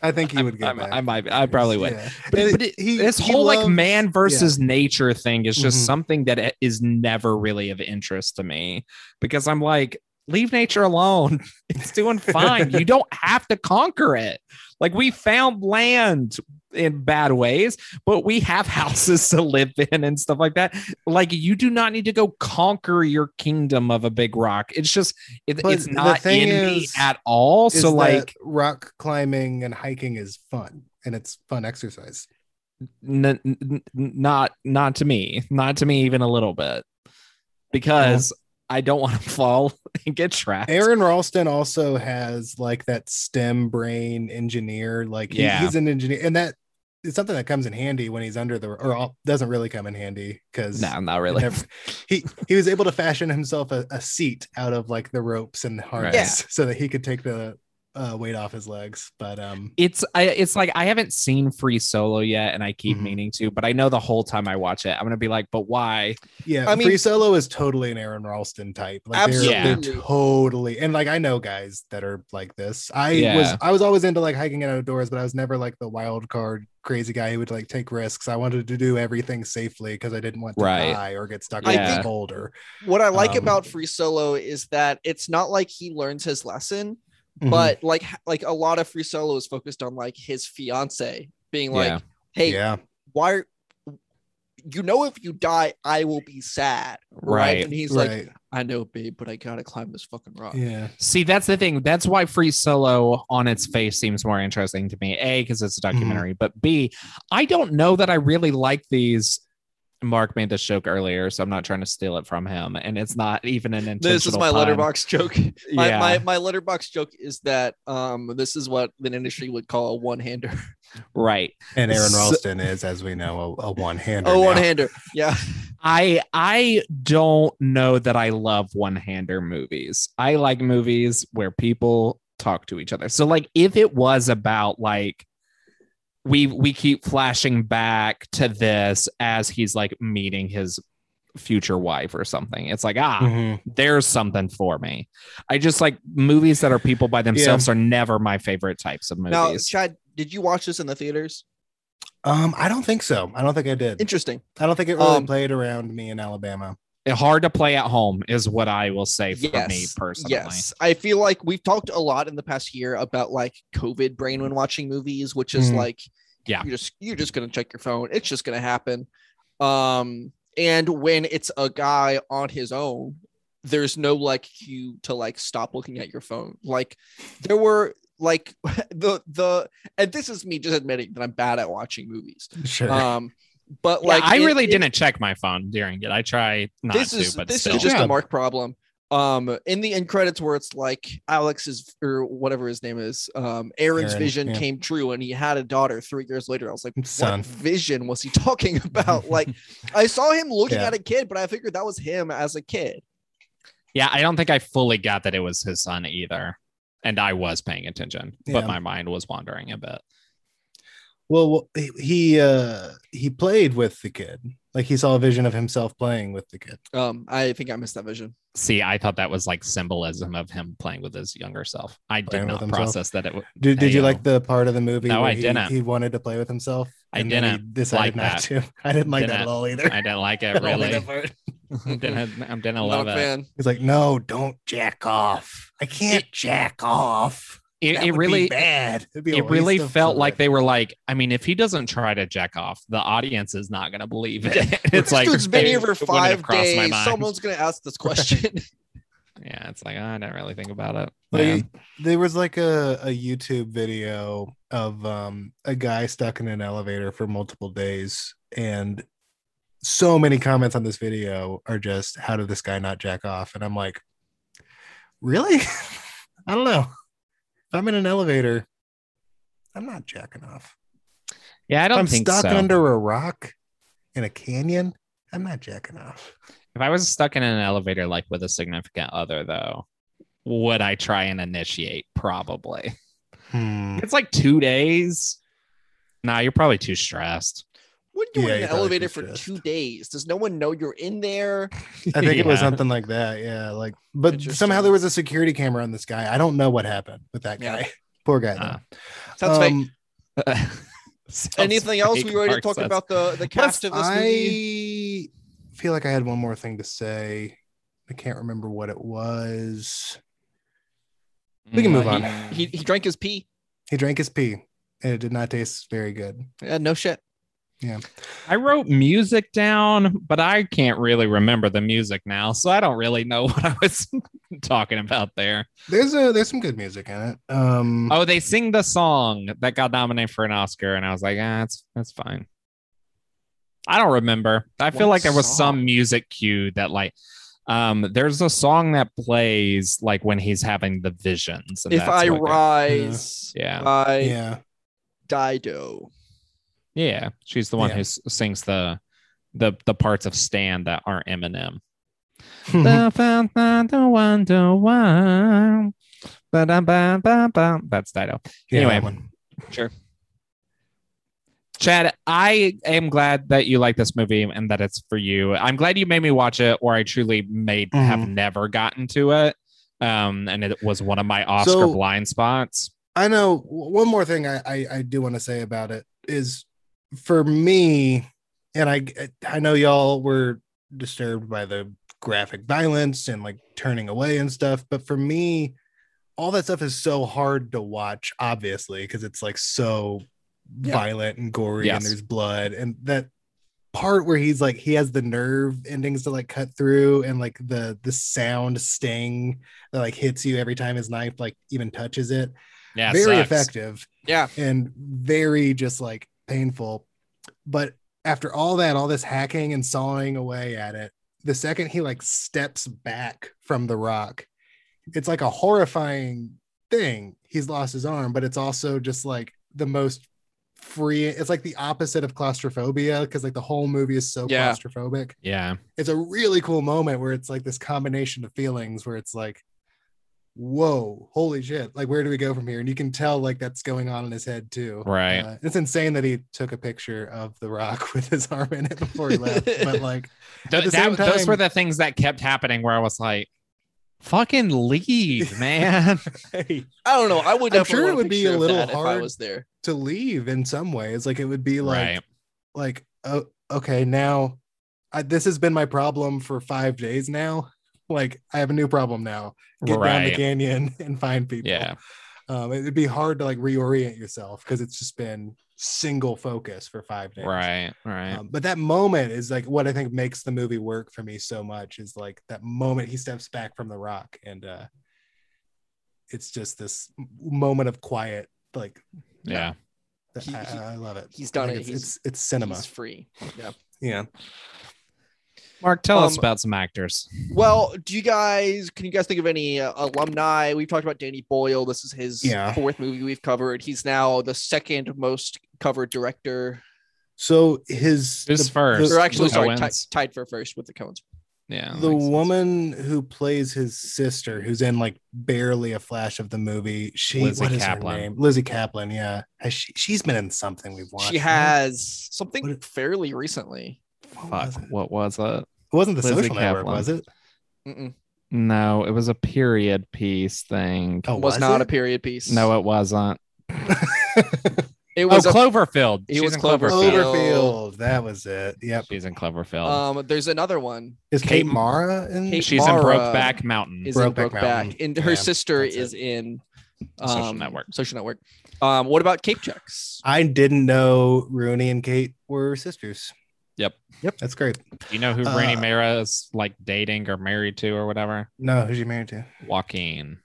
S3: I think he would get
S1: I'm,
S3: that.
S1: I might. I probably would.
S3: Yeah.
S1: But,
S3: And
S1: but it-
S3: he-
S1: this
S3: he
S1: whole like
S3: loved-
S1: man versus nature thing is just
S3: Mhm.
S1: something that i- is never really of interest to me because I'm like, leave nature alone. It's doing fine. you don't have to conquer it. Like we found land in bad ways, but we have houses to live in and stuff like that. Like you do not need to go conquer your kingdom of a big rock. It's just it,
S3: But
S1: it's
S3: the
S1: not
S3: thing
S1: in me
S3: is-
S1: at all.
S3: is
S1: So
S3: that
S1: like
S3: rock climbing and hiking is fun and it's fun exercise.
S1: n- n- n- not not to me not to me even a little bit because i don't want to fall and get trapped
S3: Aaron Ralston also has like that STEM brain engineer. Like he-
S1: Yeah.
S3: he's an engineer, and that is something that comes in handy when he's under the or all, doesn't really come in handy because
S1: no not really
S3: he he was able to fashion himself a, a seat out of like the ropes and the harness so that he could take the uh, weight off his legs. But um,
S1: it's I, it's like i haven't seen free solo yet and i keep
S3: Mhm.
S1: meaning to but i know the whole time i watch it i'm gonna be like but why
S3: Yeah,
S2: I
S3: I
S2: mean-
S3: mean, Free Solo is totally an Aaron Ralston type. Like they're- They're,
S2: Absolutely.
S3: totally, and like I know guys that are like this. I
S1: Yeah.
S3: was I was always into like hiking and outdoors, but I was never like the wild card crazy guy who would like take risks. I wanted to do everything safely because I didn't want to
S1: Right.
S3: die or get stuck
S2: I
S3: in
S1: think-
S3: a boulder.
S2: What I like
S3: Um,
S2: about Free Solo is that it's not like he learns his lesson,
S3: Mhm.
S2: but like like a lot of Free Solo is focused on like his fiance being like,
S1: Yeah.
S2: "Hey,
S3: yeah,
S2: why you know if you die, I will be sad."
S1: Right,
S2: And he's like, uh,
S3: right,
S2: "I know, babe, but I got to climb this fucking rock."
S3: yeah,
S1: see that's the thing that's why free solo on its face seems more interesting
S2: Mhm.
S1: to me a because it's a documentary but b i don't know that i really like these Mark made this joke earlier, so I'm not trying to steal it from him. And it's not even an intentional.
S2: This is my
S1: pun.
S2: letterbox joke. My,
S1: Yeah.
S2: my, my letterbox joke is that um, this is what the industry would call a one hander.
S1: right.
S3: And Aaron
S1: So-
S3: Ralston is, as we know, a, a one-hander.
S2: Oh,
S3: now.
S2: one hander. Yeah.
S1: I I don't know that I love one-hander movies. I like movies where people talk to each other. So like if it was about like we we keep flashing back to this as he's like meeting his future wife or something. It's like ah,
S3: Mhm.
S1: there's something for me. I just like movies that are people by themselves are never my favorite types of
S2: Now,
S1: movies.
S2: Chad, did you watch this in the theaters?
S3: Um, I don't think so. I don't think I did.
S2: Interesting.
S3: I don't think it really
S2: Um,
S3: played around me in Alabama.
S1: Hard to play at home is what I will say for me personally.
S2: Yes. I feel like we've talked a lot in the past year about like COVID brain when watching movies, which is
S3: Mhm.
S2: like,
S1: Mm. Yeah.
S2: you're just you're just gonna check your phone. It's just gonna happen. Um, and when it's a guy on his own, there's no like cue to like stop looking at your phone. Like there were like the the and this is me just admitting that I'm bad at watching movies.
S3: Sure.
S2: Um, but
S1: Like
S2: like
S1: I
S2: it-
S1: really
S2: it-
S1: didn't check my phone during it. I try not
S2: this
S1: to,
S2: is
S1: but
S2: this
S1: still.
S2: is just
S3: Yeah.
S2: a mark problem. Um, in the end credits where it's like Alex's or whatever his name is, um, Aaron's
S3: Aaron,
S2: vision
S3: yeah.
S2: came true, and he had a daughter three years later. I was like,
S3: Son.
S2: what vision was he talking about? like, I saw him looking
S3: Yeah.
S2: at a kid, but I figured that was him as a kid.
S1: yeah, I don't think I fully got that it was his son either. And I was paying attention, but
S3: Yeah.
S1: my mind was wandering a bit.
S3: Well, well, he- he uh he played with the kid. Like he saw a vision of himself playing with the kid.
S2: Um, I think I missed that vision.
S1: See, I thought that was like symbolism of him playing with his younger self. I did
S3: Playing with
S1: not
S3: himself.
S1: process that it was
S3: Did, did you
S1: Ayo.
S3: like the part of the movie
S1: No,
S3: where
S1: I
S3: he,
S1: didn't.
S3: he wanted to play with himself?
S1: I
S3: and then he
S1: didn't like
S3: decided not
S1: that.
S3: to. I didn't like that at
S1: Didn't.
S3: all either.
S1: I didn't like
S3: I
S1: it
S3: don't like
S1: really.
S3: that part.
S1: didn't, I didn't
S2: Not
S1: love
S2: a
S1: it.
S2: fan.
S3: He's like, no, don't jack off. I can't jack off.
S1: It,
S3: That
S1: it
S3: would be
S1: really,
S3: bad. It'd be a
S1: it really
S3: waste of
S1: felt like
S3: fluid."
S1: they were like, I mean, if he doesn't try to jack off, the audience is not going to believe it. it's
S2: this
S1: like
S2: dude's been here
S1: it
S2: for
S1: wouldn't have
S2: five
S1: crossed my
S2: days.
S1: mind.
S2: Someone's gonna ask this question.
S1: Yeah, it's like "Ah, I didn't really think about it.
S3: They-
S1: Yeah.
S3: there was like a, a YouTube video of um, a guy stuck in an elevator for multiple days, and so many comments on this video are just "How did this guy not jack off?" And I'm like, really? I don't know. If I'm in an elevator, I'm not jacking off.
S1: yeah, I
S3: If
S1: don't
S3: I'm
S1: think
S3: stuck
S1: so.
S3: under a rock in a canyon. I'm not jacking off.
S1: if I was stuck in an elevator like with a significant other, though, would I try and initiate? Probably.
S3: Hmm.
S1: It's like two days. Nah, you're probably too stressed.
S2: What are you
S3: Yeah,
S2: in
S3: you're
S2: an
S3: probably
S2: elevator
S3: too
S2: for
S3: stressed.
S2: two days? Does no one know you're in there?
S3: I think it was
S1: Yeah.
S3: something like that. Yeah. Like, but somehow
S2: Interesting.
S3: there was a security camera on this guy. I don't know what happened with that
S2: Yeah. Uh,
S3: guy. Poor guy.
S1: Ah.
S3: though.
S2: Sounds fake.
S3: Um,
S1: Sounds
S2: Anything else?
S1: fake,
S2: We already
S1: Mark
S2: talked
S1: says.
S2: about the the cast of this movie.
S3: I feel like I had one more thing to say. I can't remember what it was. We can move on.
S2: He, he drank his pee.
S3: He drank his pee and it did not taste very good.
S2: Yeah, no shit.
S1: I wrote music down, but I can't really remember the music now, so I don't really know what I was talking about there.
S3: There's a there's some good music in it. Um
S1: Oh, they sing the song that got nominated for an Oscar, and I was like, ah, that's that's fine. I don't remember. I feel
S2: What
S1: like there was
S2: song?
S1: some music cue that like um there's a song that plays like when he's having the visions. and
S2: if
S1: that's
S2: I
S1: what it-
S2: rise,
S1: Yeah.
S2: I
S3: yeah.
S2: Dido.
S1: Yeah. She's the one
S3: Yeah.
S1: who s- sings the the the parts of Stan that aren't Eminem.
S2: Mm-hmm.
S1: The fountain, the one, the one. Ba-da-ba-ba-ba. That's Dido.
S3: Yeah,
S1: anyway.
S3: that one.
S1: Chad, I am glad that you like this movie and that it's for you. I'm glad you made me watch it, or I truly made have
S3: Mhm.
S1: never gotten to it. Um, and it was one of my Oscar
S3: So-
S1: blind spots.
S3: I know w- one more thing I, I, I do want to say about it is for me, and I I know y'all were disturbed by the graphic violence and like turning away and stuff, but for me, all that stuff is so hard to watch, obviously, because it's like so
S2: Yeah.
S3: violent and gory
S1: Yes.
S3: and there's blood and that part where he's like he has the nerve endings to like cut through and like the the sound sting that like hits you every time his knife like even touches it
S1: Yeah, it
S3: very
S1: sucks.
S3: effective
S2: Yeah.
S3: and very just like painful but after all that, all this hacking and sawing away at it, the second he like steps back from the rock, it's like a horrifying thing. He's lost his arm, but it's also just like the most free. It's like the opposite of claustrophobia because like the whole movie is so
S2: Yeah.
S3: claustrophobic.
S1: Yeah.
S3: It's a really cool moment where it's like this combination of feelings where it's like, whoa, holy shit. Like, where do we go from here? And you can tell like that's going on in his head too.
S1: Right.
S3: Uh, it's insane that he took a picture of the rock with his arm in it before he left. but like,
S1: Th-
S3: the
S1: that,
S3: same
S1: those
S3: time-
S1: were the things that kept happening where I was like, fucking leave, man.
S3: hey,
S2: I don't know. I would.
S3: I'm
S2: definitely
S3: sure it
S2: want
S3: would be
S2: picture
S3: a
S2: of
S3: little
S2: that if I
S3: hard
S2: was there.
S3: to leave in some ways, like it would be like,
S1: right.
S3: like, oh, okay, now I, this has been my problem for five days now. Like, I have a new problem now. Get down the
S1: Right.
S3: canyon and find people.
S1: Yeah.
S3: Um, it'd be hard to like reorient yourself because it's just been single focus for five days.
S1: Right. Right.
S3: Um, but that moment is like what I think makes the movie work for me so much is like that moment he steps back from the rock and uh it's just this m- moment of quiet. Like
S1: yeah.
S3: that-
S2: He-
S3: I,
S2: he-
S3: I love it.
S2: he's
S3: I
S2: done
S3: think
S2: it.
S3: It's,
S2: He's-
S3: it's it's cinema.
S2: He's free.
S3: Yeah.
S1: Mark, tell us
S2: Um,
S1: about some actors.
S2: Well, do you guys? Can you guys think of any uh, alumni? We've talked about Danny Boyle. This is his
S3: Yeah.
S2: fourth movie we've covered. He's now the second most covered director.
S3: So his
S1: Who's first?
S2: Or actually,
S1: Luke
S2: sorry, ti-
S1: Owens.
S2: tied for first with the Coens.
S1: Yeah.
S3: the
S1: makes sense.
S3: woman who plays his sister, who's in like barely a flash of the movie, she
S1: Lizzie
S3: what is
S1: Kaplan.
S3: her name? Lizzie Kaplan. Yeah, Has she, she's been in something we've watched.
S2: She
S3: right?
S2: has something
S3: What-
S2: fairly recently.
S3: What was
S1: Fuck.
S3: it?
S1: What was it?
S3: It wasn't the
S1: Lizzie
S3: social network,
S1: Kaplan.
S3: was it?
S2: Mm-mm.
S1: No, it was a period piece thing.
S3: Oh,
S2: was, not
S3: it?
S2: a period piece.
S1: No, it wasn't.
S2: it
S1: Oh,
S2: was a
S1: Cloverfield.
S2: it
S1: She's
S2: was
S1: in
S2: Cloverfield.
S1: Cloverfield.
S3: Cloverfield. That was it. Yep.
S1: She's in Cloverfield.
S2: Um, there's another one.
S3: Is Kate,
S1: Kate-
S3: Mara in
S2: Kate-
S1: Uh, She's in
S2: Mara
S1: Brokeback Mm-hmm. Mountain.
S2: Is in
S3: Brokeback
S2: Brokeback,
S3: Mountain.
S2: and her
S3: Yeah,
S2: sister
S3: that's it.
S2: is in
S1: Social
S2: um,
S1: Network.
S2: Social Network. Um, what about Cape Checks?
S3: I didn't know Rooney and Kate were sisters.
S1: Yep.
S3: Yep. That's great.
S1: you know who
S3: uh,
S1: Rooney Mara is like dating or married to or whatever?
S3: No, who's she married to?
S1: Joaquin.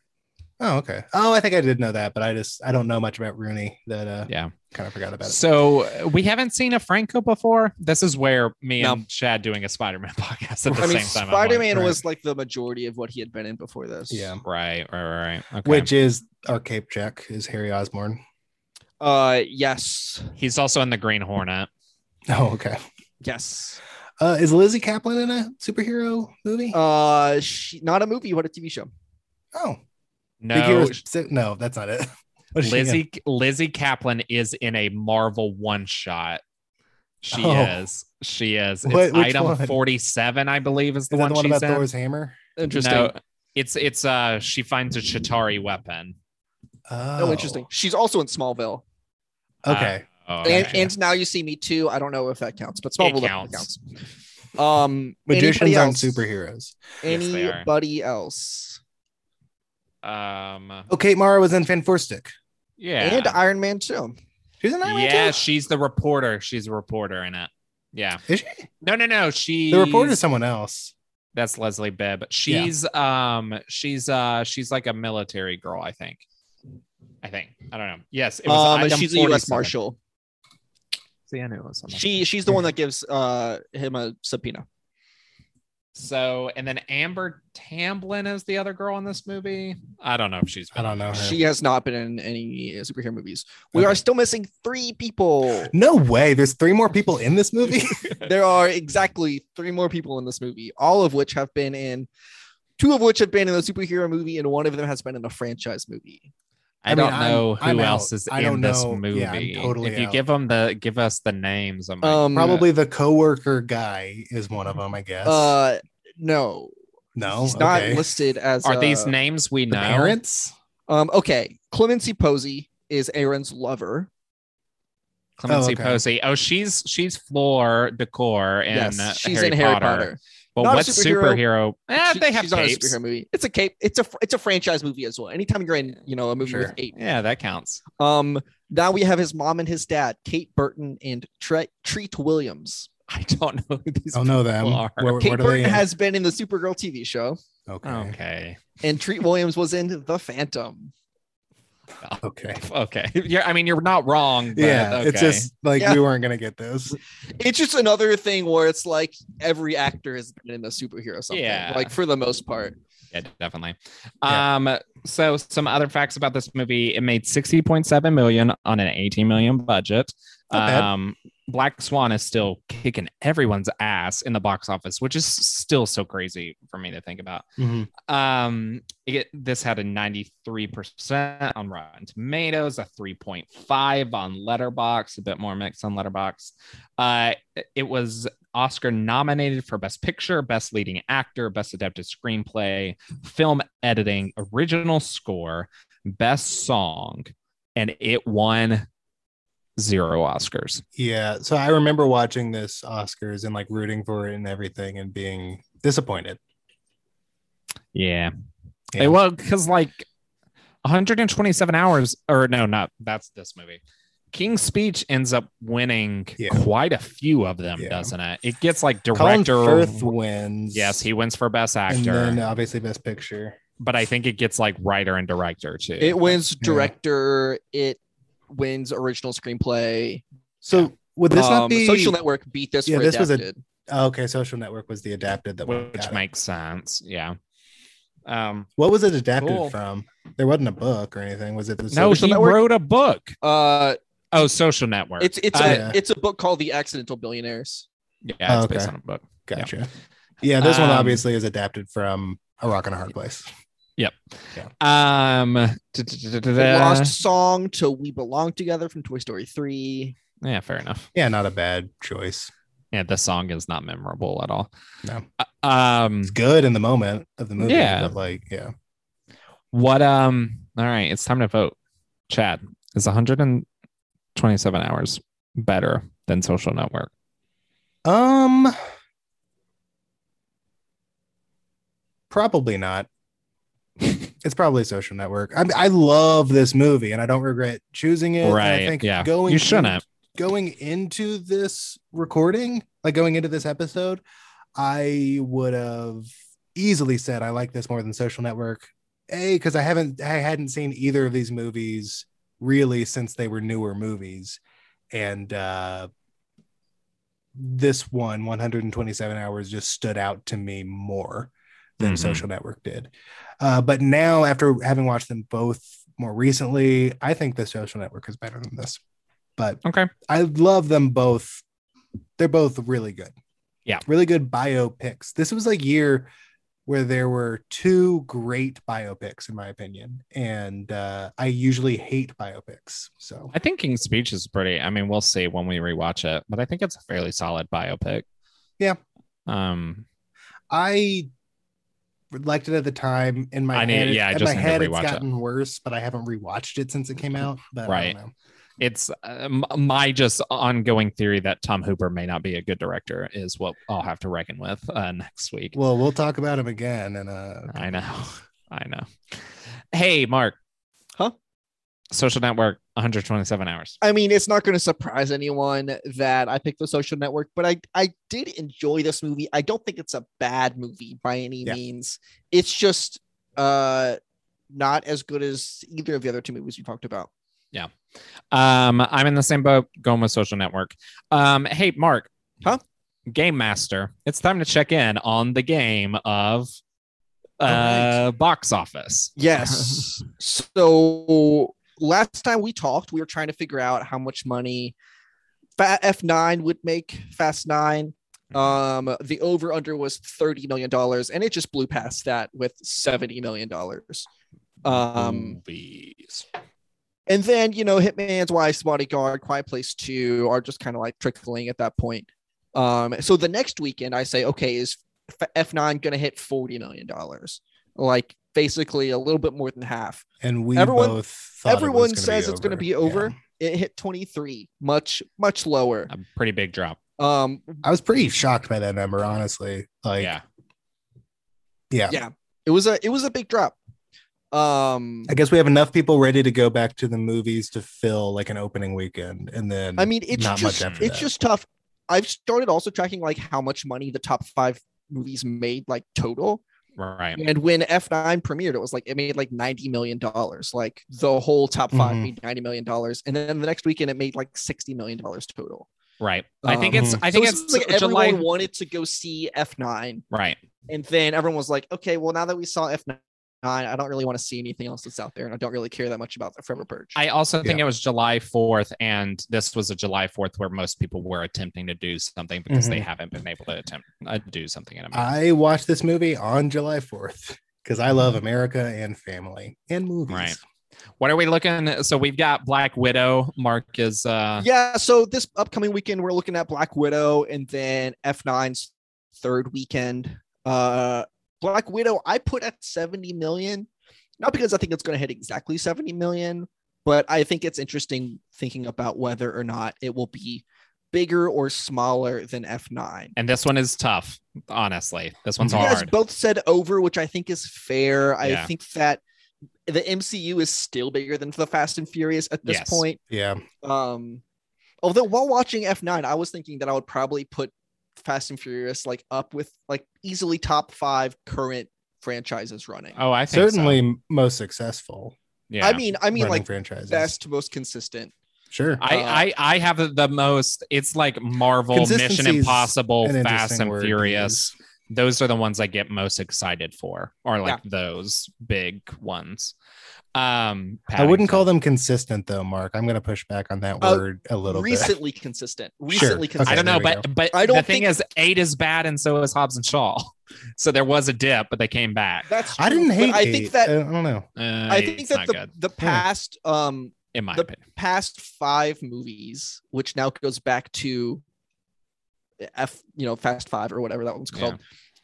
S3: Oh, okay. Oh, I think I did know that, but I just I don't know much about Rooney that uh
S1: Yeah.
S3: kind of forgot about it.
S1: So uh, we haven't seen a Franco before. This is where me
S2: No.
S1: and Chad doing a Spider-Man podcast at the
S2: I
S1: same
S2: mean,
S1: time. I'm
S2: Spider Man
S3: right.
S2: was like the majority of what he had been in before this.
S3: Yeah.
S1: like, right, right, right, right. Okay.
S3: Which is our Cape Jack is Harry Osborne.
S2: Uh, yes,
S1: he's also in the Green Hornet.
S3: Oh, okay.
S2: yes.
S3: Uh is Lizzie Kaplan in a superhero movie?
S2: Uh, she, not a movie, what a TV show.
S3: oh. Big
S1: No,
S3: Hero Si- no, that's not it. What is she in?
S1: Lizzie Lizzie Kaplan is in a Marvel one shot. She
S3: Oh.
S1: is. She is. It's
S3: What- which
S1: item
S3: one?
S1: 47, I believe, is the
S3: Is that
S1: one
S3: the one
S1: she's
S3: about
S1: in.
S3: Thor's hammer?
S2: Interesting.
S1: No, it's it's uh she finds a Chitari weapon.
S2: Oh, interesting. She's also in Smallville,
S3: Okay.
S1: Uh, oh,
S2: and
S1: okay.
S2: and now you see me too. I don't know if that counts, but Smallville
S1: it
S2: definitely
S1: counts.
S2: counts. Um,
S3: Magicians
S2: anybody else?
S3: aren't superheroes.
S1: Yes, they are.
S2: Anybody else?
S1: Um,
S3: Oh, Kate Mara was in Fan Stick.
S1: yeah.
S2: And Iron Man too.
S3: She's in that one,
S1: yeah,
S3: too?
S1: she's the reporter. She's a reporter in it. Yeah.
S3: Is she?
S1: No, no, no. She
S3: The reporter is someone else.
S1: That's Leslie Bibb. She's um she's uh she's like a military girl, I think. I think. I don't know. Yes, it was
S2: Um,
S1: item
S2: she's a U.S.
S1: 47.
S2: Marshal.
S1: See, I knew it was someone.
S2: She she's the one that gives uh him a subpoena.
S1: So and then Amber Tamblyn is the other girl in this movie. I don't know if she's
S3: I don't know. Her.
S2: She has not been in any uh, superhero movies. We
S3: Okay.
S2: are still missing three people.
S3: no way. There's three more people in this movie.
S2: there are exactly three more people in this movie, all of which have been in two of which have been in a superhero movie, and one of them has been in a franchise movie.
S1: I,
S3: I mean,
S1: don't know
S3: I'm-
S1: who
S3: I'm
S1: else
S3: out.
S1: is
S3: I
S1: in
S3: don't
S1: this
S3: know.
S1: movie.
S3: Yeah, I'm totally
S1: if you
S3: out.
S1: give them the give us the names, I'm like,
S2: Um
S3: Probably the coworker guy is one of them, I guess.
S2: uh no.
S3: no,
S2: he's not
S3: okay.
S2: listed as
S1: are these
S2: uh,
S1: names we
S3: the
S1: know?
S3: parents.
S2: um okay. Clemency Posey is Aaron's lover.
S1: Clemency
S3: Oh, okay.
S1: Posey. Oh, she's she's Floor Decor in uh,
S2: yes, she's
S1: Harry,
S2: in Harry
S1: Potter.
S2: Potter.
S1: But
S2: Not a
S1: what
S2: superhero.
S1: superhero? Eh,
S2: She-
S1: they have
S2: she's not a
S1: capes.
S2: superhero movie. It's a cape. It's a fr- it's a franchise movie as well. Anytime you're in, you know, a movie with
S3: Sure.
S2: eight
S1: Yeah, that counts.
S2: Um, now we have his mom and his dad, Kate Burton and Tre- Treat Williams.
S1: I don't know who these.
S3: I'll know Oh, them.
S1: people are.
S3: Where, where
S2: Kate
S3: do
S2: Burton
S3: they? in?
S2: has Oh, been in the Supergirl TV show,
S3: okay.
S1: Okay.
S2: and Treat Williams was in The Phantom.
S3: Okay.
S1: Okay. You're, I mean, you're not wrong. But
S3: yeah,
S1: Okay.
S3: it's just like
S2: Yeah.
S3: we weren't gonna get this.
S2: It's just another thing where it's like every actor has been in a superhero something.
S1: Yeah.
S2: Like for the most part.
S1: Yeah, definitely. Um, so some other facts about this movie: it made sixty point seven million on an eighteen million budget.
S3: Not bad.
S1: Um, Black Swan is still kicking everyone's ass in the box office, which is still so crazy for me to think about.
S3: Mhm.
S1: Um, it, this had a ninety three percent on Rotten Tomatoes, a three point five on Letterbox, a bit more mixed on Letterbox. Uh, it was Oscar nominated for Best Picture, Best Leading Actor, Best Adapted Screenplay, Film Editing, Original Score, Best Song, and it won zero Oscars.
S3: Yeah. So I remember watching this Oscars and like rooting for it and everything and being disappointed.
S1: Yeah.
S3: Yeah.
S1: It- well, because like 127 hours, or no, not that's this movie. King's Speech ends up winning
S3: Yeah.
S1: quite a few of them,
S3: Yeah.
S1: doesn't it? It gets like
S3: Colin
S1: director.
S3: Firth wins.
S1: Yes, he wins for Best Actor,
S3: and then uh, obviously Best Picture.
S1: but I think it gets like writer and director too.
S2: It wins director, it wins original screenplay.
S3: So would this
S2: Um,
S3: not be
S2: social network beat this
S3: Yeah,
S2: for
S3: this was a-
S2: adapted.
S3: Oh, okay, Social Network was the adapted that we
S1: which
S3: got.
S1: makes sense. Yeah. Um,
S3: What was it adapted
S1: Cool.
S3: from? There wasn't a book or anything. Was it the
S1: no,
S3: Social-
S1: he
S2: Network?
S1: wrote a book.
S2: uh
S1: Oh, Social Network.
S2: it's it's a
S3: Uh,
S2: it's a book called The Accidental Billionaires.
S1: yeah, it's
S3: Oh,
S1: based
S3: okay.
S1: on a book.
S3: Gotcha. Yeah, this one
S1: Um,
S3: obviously is adapted from A Rock and a Hard Place.
S1: Um,
S2: From
S1: da-da-da-da-da.
S2: Lost Song to We Belong Together from Toy Story 3.
S1: yeah, fair enough.
S3: Yeah, not a bad choice.
S1: Yeah, the song is not memorable at all.
S3: No.
S1: Uh, um,
S3: It's good in the moment of the movie.
S1: Yeah.
S3: But like, yeah.
S1: what? Um, all right, it's time to vote. Chad is 127 hours better than Social Network.
S3: Um probably not. it's probably social network. I I love this movie and I don't regret choosing it. and
S1: right?
S3: I think
S1: yeah,
S3: going
S1: you
S3: in-
S1: shouldn't.
S3: going into this recording, like going into this episode, I would have easily said I like this more than Social Network. A, because I haven't I hadn't seen either of these movies really since they were newer movies. And uh this one, 127 hours, just stood out to me more than
S1: Mhm.
S3: Social Network did. Uh, but now, after having watched them both more recently, I think the Social Network is better than this. But
S1: Okay.
S3: I love them both. They're both really good.
S1: Yeah.
S3: Really good biopics. This was like year where there were two great biopics, in my opinion. And uh, I usually hate biopics. So
S1: I think King's Speech is pretty. I mean, we'll see when we rewatch it, but I think it's a fairly solid biopic.
S3: Yeah.
S1: Um.
S3: I liked it at the time in my
S1: I need-
S3: head.
S1: yeah, I
S3: in
S1: just
S3: my
S1: need to
S3: head, it's
S1: rewatch it.
S3: gotten worse, but I haven't rewatched it since it came out. But I
S1: Right.
S3: don't know.
S1: it's uh, m- my just ongoing theory that Tom Hooper may not be a good director is what I'll have to reckon with uh, next week.
S3: Well, we'll talk about him again. And uh,
S1: I know, I know. Hey, Mark.
S2: Huh?
S1: Social Network, 127 hours.
S2: I mean, it's not going to surprise anyone that I picked the social network, but I, I did enjoy this movie. I don't think it's a bad movie by any
S3: Yeah.
S2: means. It's just uh, not as good as either of the other two movies we talked about.
S1: Um, I'm in the same boat going with Social Network. Um, hey, Mark.
S2: Huh?
S1: Game Master. It's time to check in on the game of uh
S3: All right.
S1: box office.
S2: Yes. so last time we talked, we were trying to figure out how much money Fa- F9 would make Fast 9. Um, the over under was $30 million, and it just blew past that with $70 million.
S1: Mm-hmm.
S2: Um,
S1: Movies.
S2: And then, you know, Hitman's Wife's Bodyguard, Quiet Place 2 are just kind of like trickling at that point. Um, so the next weekend, I say, okay, is F- F9 going to hit $40 million? Like basically a little bit more than half.
S3: and we
S2: Everyone-
S3: both thought it was
S2: everyone
S3: gonna be
S2: says it's gonna
S3: over.
S2: be over.
S3: Yeah.
S2: It hit 23, much, much lower.
S1: A pretty big drop.
S2: Um,
S3: I was pretty shocked by that number, honestly. Like,
S1: yeah.
S3: yeah.
S2: Yeah. it was a, it was a big drop. Um,
S3: I guess we have enough people ready to go back to the movies to fill like an opening weekend, and then
S2: I mean, it's
S3: not
S2: just,
S3: much after
S2: it's
S3: that.
S2: just tough. I've started also tracking like how much money the top five movies made, like total.
S1: Right.
S2: And when F9 premiered, it was like it made like 90 million dollars. Like the whole top 5
S3: Mhm.
S2: made 90 million dollars. And then the next weekend it made like 60 million dollars total.
S1: Right. I think
S2: Um,
S1: it's I
S2: So
S1: think
S2: was
S1: it's
S2: like everyone
S1: July.
S2: wanted to go see F9.
S1: Right.
S2: And then everyone was like, okay, well, now that we saw F9, I don't really want to see anything else that's out there. And I don't really care that much about the Forever Purge.
S1: I also think it was July 4th, and this was a July 4th where most people were attempting to do something because
S3: Mm-hmm.
S1: they haven't been able to attempt uh, do something in a month.
S3: I watched this movie on July 4th because I
S2: Mm.
S3: love America and family and movies.
S1: Right. What are we looking? So we've got Black Widow. Mark is uh
S2: yeah. So this upcoming weekend, we're looking at Black Widow and then F9's third weekend. Uh, Black Widow, I put at 70 million, not because I think it's going to hit exactly 70 million, but I think it's interesting thinking about whether or not it will be bigger or smaller than F9.
S1: and this one is tough, honestly. This one's
S3: You
S2: you guys
S1: hard.
S2: both said over, which I think is fair. I
S1: Yeah.
S2: think that the MCU is still bigger than the Fast and Furious at this
S1: Yes.
S2: point.
S3: Yeah.
S2: Um, although while watching F9, I was thinking that I would probably put Fast and Furious like up with like easily top five current franchises running.
S1: Oh, I think so.
S3: Certainly m- most successful.
S1: Yeah.
S2: I mean, I mean
S3: running
S2: like
S3: franchises.
S2: best, most consistent.
S3: Sure.
S1: I, I I have the most. It's like Marvel, Mission
S3: Consistency's
S1: Impossible,
S3: an
S1: Fast
S3: interesting
S1: and
S3: word to
S1: Furious.
S3: use.
S1: Those are the ones I get most excited for, or like those big ones. Um,
S3: I wouldn't call them consistent though, Mark. I'm going to push back on that
S2: Uh,
S3: word a little bit.
S2: Recently consistent. Recently
S3: Okay.
S2: consistent.
S1: I don't know,
S3: There we
S1: but but
S2: I
S1: I
S2: don't
S1: don't the thing
S2: think-
S1: is, eight is bad, and so is Hobbs and Shaw. So there was a dip, but they came back.
S2: That's
S3: I
S2: true,
S3: didn't
S2: but
S3: hate. Hmm.
S2: I think
S3: eight.
S2: that
S3: I don't know.
S1: Uh,
S2: I think
S1: it's
S2: that
S1: not
S2: the,
S1: good,
S2: the past um
S1: in my
S2: the-
S1: opinion.
S2: past five movies, which now goes back to F, you know, Fast Five or whatever that one's
S1: Yeah.
S2: called,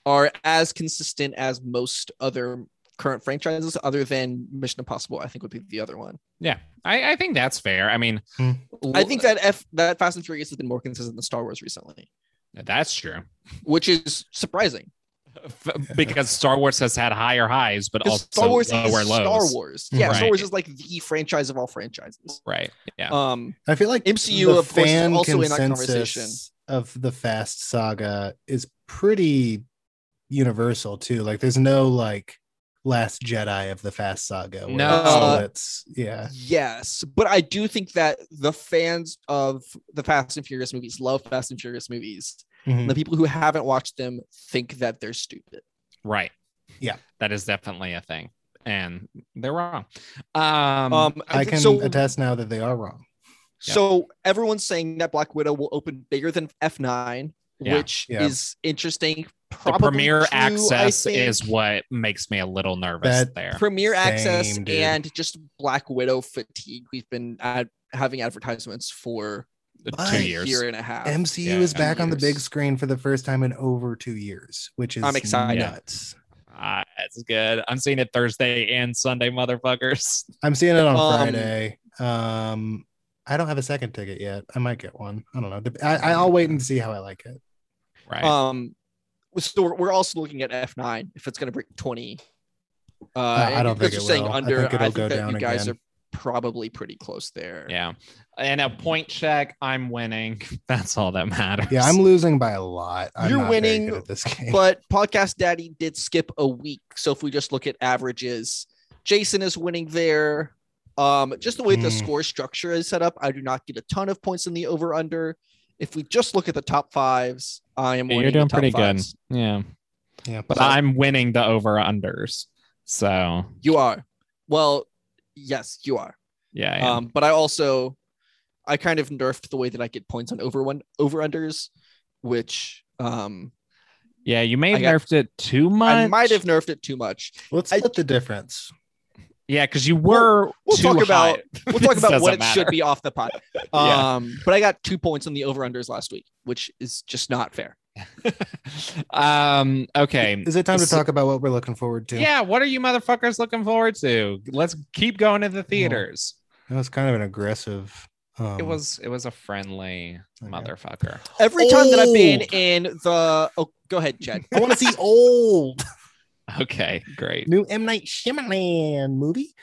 S2: are as consistent as most other current franchises, other than Mission Impossible. I think would be the other one.
S1: Yeah, I, I think that's fair. I mean,
S3: Hmm.
S2: I think that F that Fast and Furious has been more consistent than Star Wars recently,
S1: that's true
S2: which is surprising
S1: F- because Star Wars has had higher highs, but
S2: because
S1: also
S2: Star Wars
S1: lower
S2: is
S1: lows.
S2: Star Wars. Yeah, Star
S1: Right.
S2: Wars is like the franchise of all franchises.
S1: right? Yeah,
S2: Um,
S3: I feel like
S2: MCU,
S3: the
S2: of course, is
S3: fan
S2: also in that
S3: consensus
S2: conversation.
S3: of the Fast Saga is pretty universal too. Like, there's no like Last Jedi of the Fast Saga. where
S1: No.
S3: it's all that's yeah.
S2: Yes, but I do think that the fans of the Fast and Furious movies love Fast and Furious movies.
S3: Mhm.
S2: And the people who haven't watched them think that they're stupid.
S1: right.
S3: Yeah.
S1: that is definitely a thing, and they're wrong. Um,
S2: Um,
S3: I
S2: think-
S3: can
S2: so.
S3: attest now that they are wrong.
S1: yeah.
S2: So everyone's saying that Black Widow will open bigger than F nine,
S1: Yeah.
S2: which
S3: Yeah.
S2: is interesting.
S1: the
S2: Probably
S1: premiere
S2: true, I
S1: access
S2: think.
S1: is what makes me a little nervous
S3: That-
S1: there.
S2: premiere access
S3: Same, dude.
S2: and just Black Widow fatigue. We've been ad- having advertisements for
S1: Two
S3: But-
S2: a
S1: years.
S2: year and a half.
S3: MCU
S1: Yeah,
S3: is
S1: yeah.
S3: back on the big
S2: Years.
S3: screen for the first time in over two years, which is
S2: I'm excited.
S3: Nuts.
S1: Ah, that's good. I'm seeing it Thursday and Sunday, motherfuckers.
S3: I'm seeing it on
S2: Um,
S3: Friday. Um, I don't have a second ticket yet. I might get one. I don't know. I, I'll wait and see how I like it.
S1: Right.
S2: Um, so we're- we're also looking at F nine if it's going to break twenty. Uh,
S3: I
S2: and because
S3: don't think
S2: you're
S3: it
S2: saying
S3: will. I
S2: under. I
S3: think
S2: think,
S3: it'll go
S2: that you
S3: down
S2: guys
S3: again.
S2: are probably pretty close there.
S1: yeah. And a point check, I'm winning. That's all that matters.
S3: Yeah, I'm losing by a lot. I'm
S2: You're
S3: not very
S2: winning,
S3: good at this game.
S2: But podcast daddy did skip a week, so if we just look at averages, Jason is winning there. Um, just the way the
S3: Hmm.
S2: score structure is set up, I do not get a ton of points in the over under. If we just look at the top fives, I am. winning
S1: You're
S2: the
S1: doing
S2: top
S1: pretty
S2: fives.
S1: good. Yeah.
S3: yeah,
S1: But
S2: So-
S1: I'm winning the over unders. So
S2: You are. Well, yes, you are.
S1: yeah. yeah.
S2: Um, but I also I kind of nerfed the way that I get points on over one over unders, which um
S1: yeah, you may
S2: I
S1: have
S2: got-
S1: nerfed it too much.
S2: I might have nerfed it too much.
S3: let's
S2: I-
S3: split the difference.
S1: Yeah, because you were
S2: We'll
S1: too
S2: talk about
S1: high.
S2: we'll talk
S1: This
S2: about what
S1: doesn't
S2: it should
S1: matter.
S2: be off the pot.
S1: Yeah.
S2: Um but I got two points on the over unders last week, which is just not fair.
S1: um, okay.
S3: Is it time to
S1: So-
S3: talk about what we're looking forward to?
S1: Yeah, what are you motherfuckers looking forward to? Let's keep going to the theaters.
S3: that was kind of an aggressive. Um,
S1: it was it was a friendly
S3: okay.
S1: motherfucker.
S2: Every time that I've been
S3: Old.
S2: in the oh go ahead, Chad.
S3: I want to see old
S1: Okay, great.
S3: new M Night Shyamalan movie,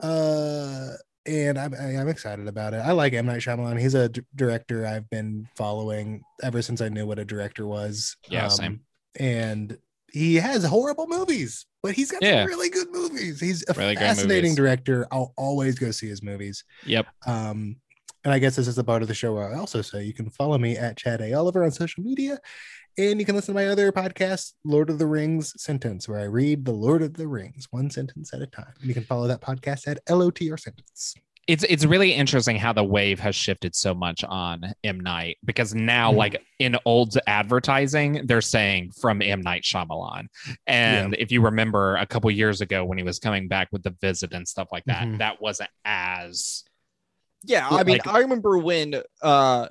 S3: uh, and I'm I- I'm excited about it. I like M Night Shyamalan. He's a d- director I've been following ever since I knew what a director was. Um,
S1: Yeah, same.
S3: And he has horrible movies, but he's got
S1: Yeah.
S3: some really good movies. He's a
S1: Really great
S3: fascinating
S1: movies.
S3: director. I'll always go see his movies.
S1: Yep.
S3: Um, and I guess this is the part of the show where I also say you can follow me at Chad A. Oliver on social media, and you can listen to my other podcast, Lord of the Rings Sentence, where I read the Lord of the Rings one sentence at a time. And you can follow that podcast at LOT or Sentence.
S1: it's it's really interesting how the wave has shifted so much on M Night because now
S3: Mhm.
S1: like in old advertising they're saying from M Night Shyamalan and if you remember a couple years ago when he was coming back with the visit and stuff like that
S3: Mhm.
S1: that wasn't as
S2: Yeah, I mean,
S1: Like-
S2: I remember when uh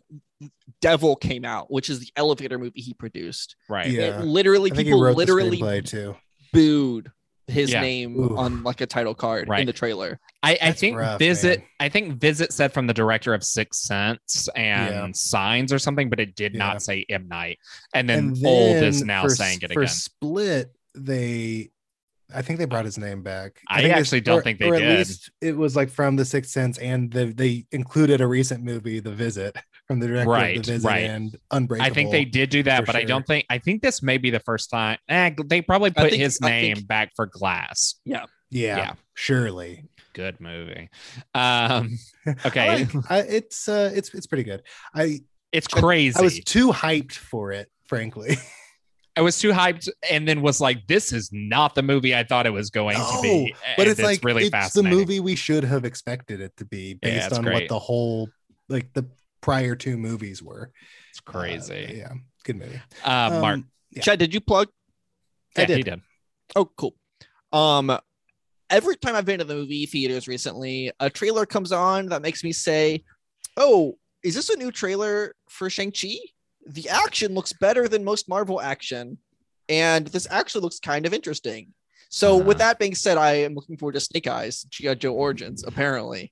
S2: Devil came out, which is the elevator movie he produced.
S1: right
S3: Yeah.
S2: It literally
S3: I think
S2: people
S3: he wrote
S2: literally
S3: the screenplay too.
S2: booed his
S1: Yeah.
S2: name
S3: Oof.
S2: on like a title card in
S1: Right.
S2: the trailer.
S1: I, I
S3: That's
S1: think
S3: rough,
S1: visit.
S3: man.
S1: I think visit said from the director of Six Sense and
S3: Yeah.
S1: Signs or something, but it did
S3: Yeah.
S1: not say M Night. And then, old is
S3: then
S1: now
S3: for-
S1: saying it
S3: for
S1: again.
S3: Split, they, I think they brought his name back.
S1: I
S3: think they-
S1: actually don't
S3: or-
S1: think they
S3: or At
S1: did.
S3: least it was like from The Sixth Sense, and the, they included a recent movie, The Visit, from the director
S1: Right,
S3: of The Visit
S1: right.
S3: and Unbreakable.
S1: I think they did do that,
S3: for
S1: but I don't
S3: sure.
S1: think. I think this may be the first time. Eh, they probably
S2: I
S1: put
S2: think-
S1: his
S2: I
S1: name
S2: think-
S1: back for Glass.
S3: Yeah,
S1: yeah.
S3: surely.
S1: Good movie. Um,
S3: I
S1: okay,
S3: like- I, it's uh, it's it's pretty good. I
S1: it's crazy.
S3: I was too hyped for it, frankly.
S1: too hyped, and then was like, "This is not the movie I thought it was going to be."
S3: but
S1: and
S3: it's, like
S1: really
S3: it's the
S1: fascinating.
S3: movie we should have expected it to be
S1: Yeah,
S3: based
S1: it's
S3: on what
S1: great.
S3: the whole like the prior two movies were.
S1: It's
S3: Uh,
S1: crazy.
S3: yeah, good movie.
S1: Uh, Mark,
S3: Um, yeah.
S2: Chad, did you plug?
S3: I
S1: yeah,
S3: did.
S1: he did.
S2: Oh, cool. Um, every time I've been to the movie theaters recently, a trailer comes on that makes me say, "Oh, is this a new trailer for Shang Chi? The action looks better than most Marvel action, and this actually looks kind of interesting." So, with that being said, I am looking forward to Snake Eyes GI Joe Origins. Apparently,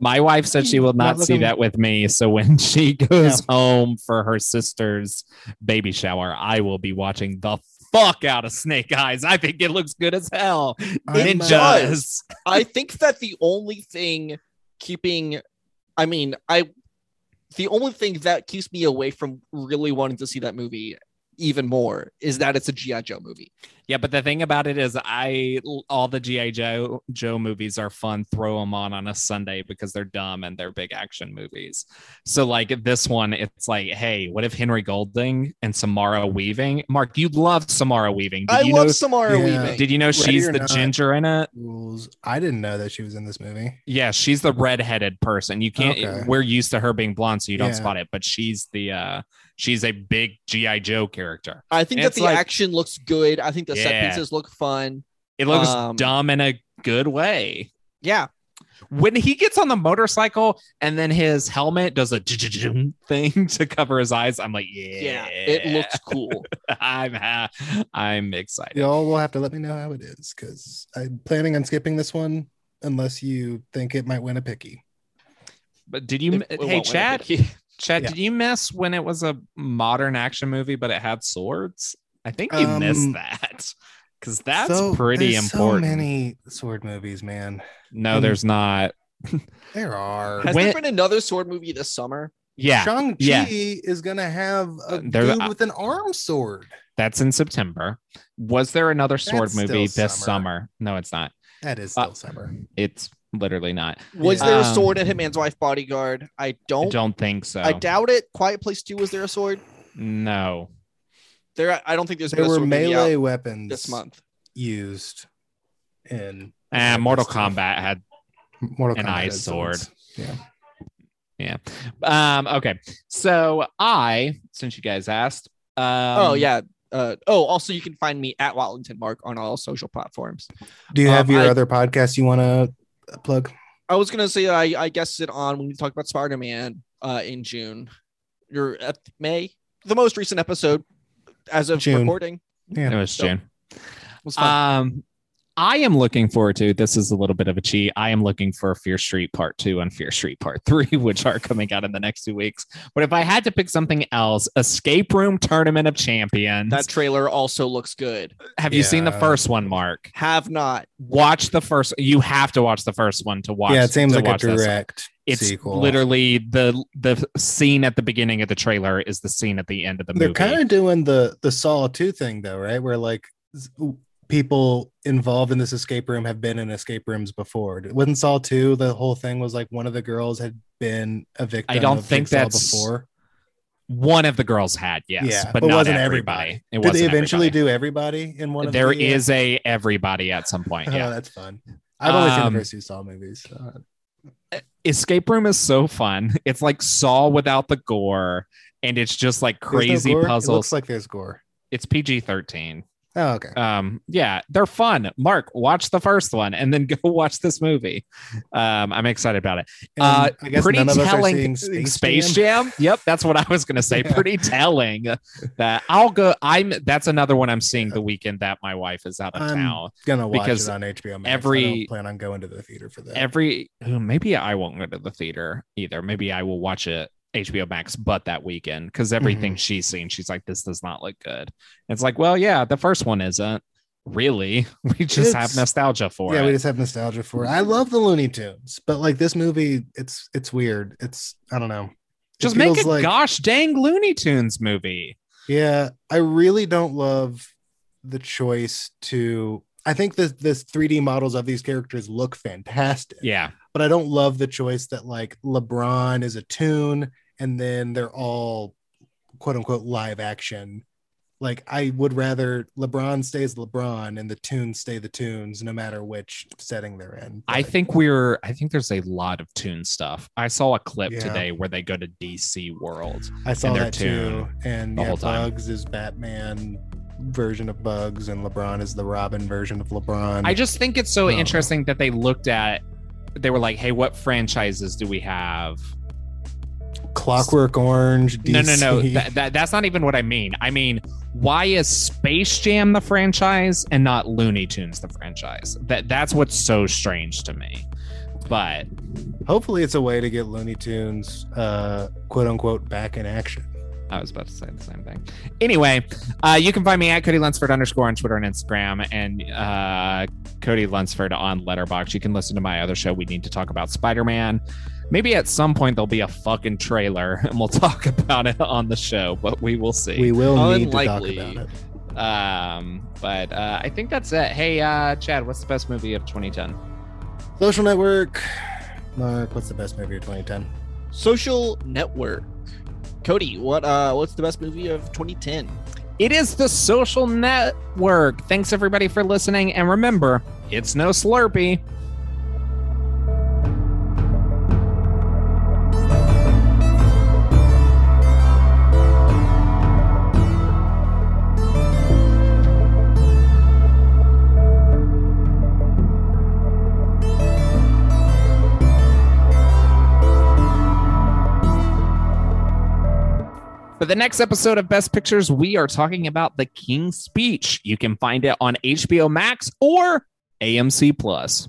S1: My wife said she will
S3: Not
S1: not, see
S3: looking-
S1: that with me. So when she goes home for her sister's baby shower, I will be watching the fuck out of Snake Eyes. I think it looks good as hell.
S3: I'm, uh,
S1: Ninjas.
S2: I think that the only thing keeping, I mean, I, the only thing that keeps me away from really wanting to see that movie even more is that it's a GI Joe movie.
S1: Yeah, but the thing about it is, I all the GI Joe Joe movies are fun. Throw them on on a Sunday because they're dumb and they're big action movies. So like this one, it's like, hey, what if Henry Golding and Samara Weaving? Mark, you love Samara Weaving. Did
S2: I
S1: you
S2: love
S1: know?
S2: Samara
S3: Yeah.
S2: Weaving.
S1: Did you know she's
S3: or
S1: the
S3: not.
S1: ginger in it?
S3: rules. I didn't know that she was in this movie.
S1: Yeah, she's the redheaded person. You can't.
S3: Okay.
S1: We're used to her being blonde, so you don't
S3: Yeah.
S1: spot it. But she's the uh she's a big GI Joe character.
S2: I think that
S1: It's
S2: the
S1: like-
S2: action looks good. I think the set
S1: Yeah.
S2: pieces look fun.
S1: It looks
S2: Um,
S1: dumb in a good way.
S2: Yeah,
S1: When he gets on the motorcycle and then his helmet does a thing to cover his eyes, I'm like,
S2: yeah,
S1: yeah,
S2: it looks cool.
S1: I'm ha- I'm excited.
S3: Y'all will have to let me know how it is because I'm planning on skipping this one unless you think it might win a picky.
S1: But did you?
S2: It- it
S1: hey,
S2: won't win a
S1: Chad.
S2: picky.
S1: Chad,
S3: Yeah.
S1: did you miss when it was a modern action movie, but it had swords? I think you
S3: Um,
S1: missed that because that's
S3: So,
S1: pretty
S3: there's
S1: important.
S3: So many sword movies, man.
S1: No,
S3: Um,
S1: there's not.
S3: There are.
S2: Has
S1: When-
S2: there been another sword movie this summer?
S1: Yeah,
S3: Shang Chi
S1: yeah. uh,
S3: is gonna have a
S1: There's-
S3: dude with an arm sword.
S1: that's in September. Was there another sword
S3: That's
S1: movie
S3: still
S1: this
S3: summer.
S1: summer? No, it's not.
S3: That is still
S1: Uh,
S3: summer.
S1: It's literally not.
S2: Was
S3: Yeah.
S2: there a
S1: Um,
S2: sword in Hitman's Wife Bodyguard? I
S1: I
S2: don't.
S1: don't think so.
S2: I doubt it. Quiet Place Two was there a sword?
S1: no.
S2: There, I don't think there's been
S3: There
S2: a
S3: were
S2: sword movie out
S3: melee weapons
S2: this month.
S3: used in
S1: Ah, Mortal
S3: this stuff.
S1: Kombat had.
S3: Mortal
S1: an
S3: Kombat
S1: eye
S3: has swords. Yeah.
S1: Um. Okay. So I, since you guys asked. Um,
S2: oh yeah. Uh, oh, also you can find me at Watlington Mark on all social platforms.
S3: Do you
S2: Um,
S3: have your
S2: I-
S3: other podcast you want to plug?
S2: I was gonna say I I guessed it on when we talked about Spider Man uh, in June, or uh, May, the most recent episode as of
S3: June.
S2: recording
S1: It was
S2: So-
S1: June.
S2: was fun.
S1: Um, I am looking forward to this is a little bit of a cheat. I am looking for Fear Street Part 2 and Fear Street Part 3, which are coming out in the next two weeks. But if I had to pick something else, Escape Room Tournament of Champions.
S2: that trailer also looks good.
S1: Have you seen the
S3: Yeah.
S1: first one, Mark?
S2: Have not.
S1: Watch the first. You have to watch the first one to watch.
S3: yeah, it seems
S1: to
S3: like a
S1: watch this.
S3: direct.
S1: It's
S3: Sequel.
S1: literally the the scene at the beginning of the trailer is the scene at the end of the
S3: They're
S1: movie.
S3: kind of doing the the Saw 2 thing though, right? Where like s- people involved in this escape room have been in escape rooms before. Wasn't Saw 2 the whole thing was like one of the girls had been a victim
S1: don't
S3: of
S1: think
S3: Jigsaw
S1: that's-
S3: before.
S1: One of the girls had yes,
S3: Yeah,
S1: but,
S3: but
S1: not
S3: wasn't
S1: everybody. It
S3: Did
S1: wasn't
S3: they eventually
S1: everybody.
S3: do everybody in one of
S1: There
S3: the uh,
S1: is a everybody at some point.
S3: Oh,
S1: Yeah.
S3: that's fun. I've only seen
S1: Um,
S3: the first two Saw movies. Uh,
S1: escape room is so fun. It's like Saw without the gore, and it's just like
S3: there's no
S1: crazy
S3: gore? It
S1: puzzles.
S3: looks like there's gore.
S1: it's PG thirteen.
S3: Oh, okay.
S1: Um, yeah, they're fun. Mark, watch the first one and then go watch this movie. Um, I'm excited about it.
S3: And
S1: Uh,
S3: I guess
S1: Pretty
S3: none of us are
S1: telling
S3: seeing
S1: Space,
S3: Space, Jam.
S1: Jam. Yep, that's what I was gonna say.
S3: Yeah.
S1: Pretty telling that I'll go. I'm that's another one I'm seeing the weekend that my wife is out of
S3: I'm
S1: town.
S3: Gonna watch
S1: because
S3: it on HBO Max. I
S1: every-
S3: don't plan on going to the theater for that.
S1: Every ooh, maybe I won't go to the theater either. Maybe I will watch it HBO Max, but that weekend because everything
S3: Mm-hmm.
S1: she's seen, she's like, this does not look good. It's like, well, yeah, the first one isn't really. We just have
S3: It's-
S1: nostalgia for
S3: yeah,
S1: it.
S3: we just have nostalgia for it. I love the Looney Tunes, but like this movie, it's it's weird. It's I don't know. It
S1: just make
S3: feels
S1: a
S3: like-
S1: gosh dang Looney Tunes movie.
S3: Yeah, I really don't love the choice to. I think the the 3D models of these characters look fantastic.
S1: Yeah.
S3: but I don't love the choice that like LeBron is a tune and then they're all quote unquote live action. Like I would rather LeBron stays LeBron and the tunes stay the tunes no matter which setting they're in.
S1: I
S3: But
S1: think we're I think there's a lot of tune stuff. I saw a clip
S3: Yeah. Hmm.
S1: today where they go to DC World.
S3: I saw
S1: and their
S3: that too.
S1: tune
S3: And
S1: the
S3: yeah,
S1: whole time.
S3: Bugs is Batman version of Bugs and LeBron is the Robin version of LeBron.
S1: I just think it's so
S3: Oh.
S1: interesting that they looked at they were like, "Hey, what franchises do we have?"
S3: Clockwork Orange. DC.
S1: No, no, no. That, that, that's not even what I mean. I mean, why is Space Jam the franchise and not Looney Tunes the franchise? That that's what's so strange to me. But
S3: Hopefully, it's a way to get Looney Tunes, uh, quote unquote, back in action.
S1: I was about to say the same thing. Anyway, uh, you can find me at Cody Lunsford underscore on Twitter and Instagram, and uh, Cody Lunsford on Letterbox. You can listen to my other show. We need to talk about Spider Man. Maybe at some point there'll be a fucking trailer, and we'll talk about it on the show. But we will see.
S3: We will
S2: Unlikely.
S3: need to talk about it.
S1: um, but uh, I think that's it. Hey, uh, Chad, what's the best movie of 2010?
S3: Social Network. Mark, what's the best movie of 2010?
S2: Social Network. Cody, what uh, what's the best movie of 2010?
S1: It is the Social Network. Thanks everybody for listening, and remember, it's no Slurpee. For the next episode of Best Pictures, we are talking about The King's Speech. You can find it on HBO Max or AMC Plus.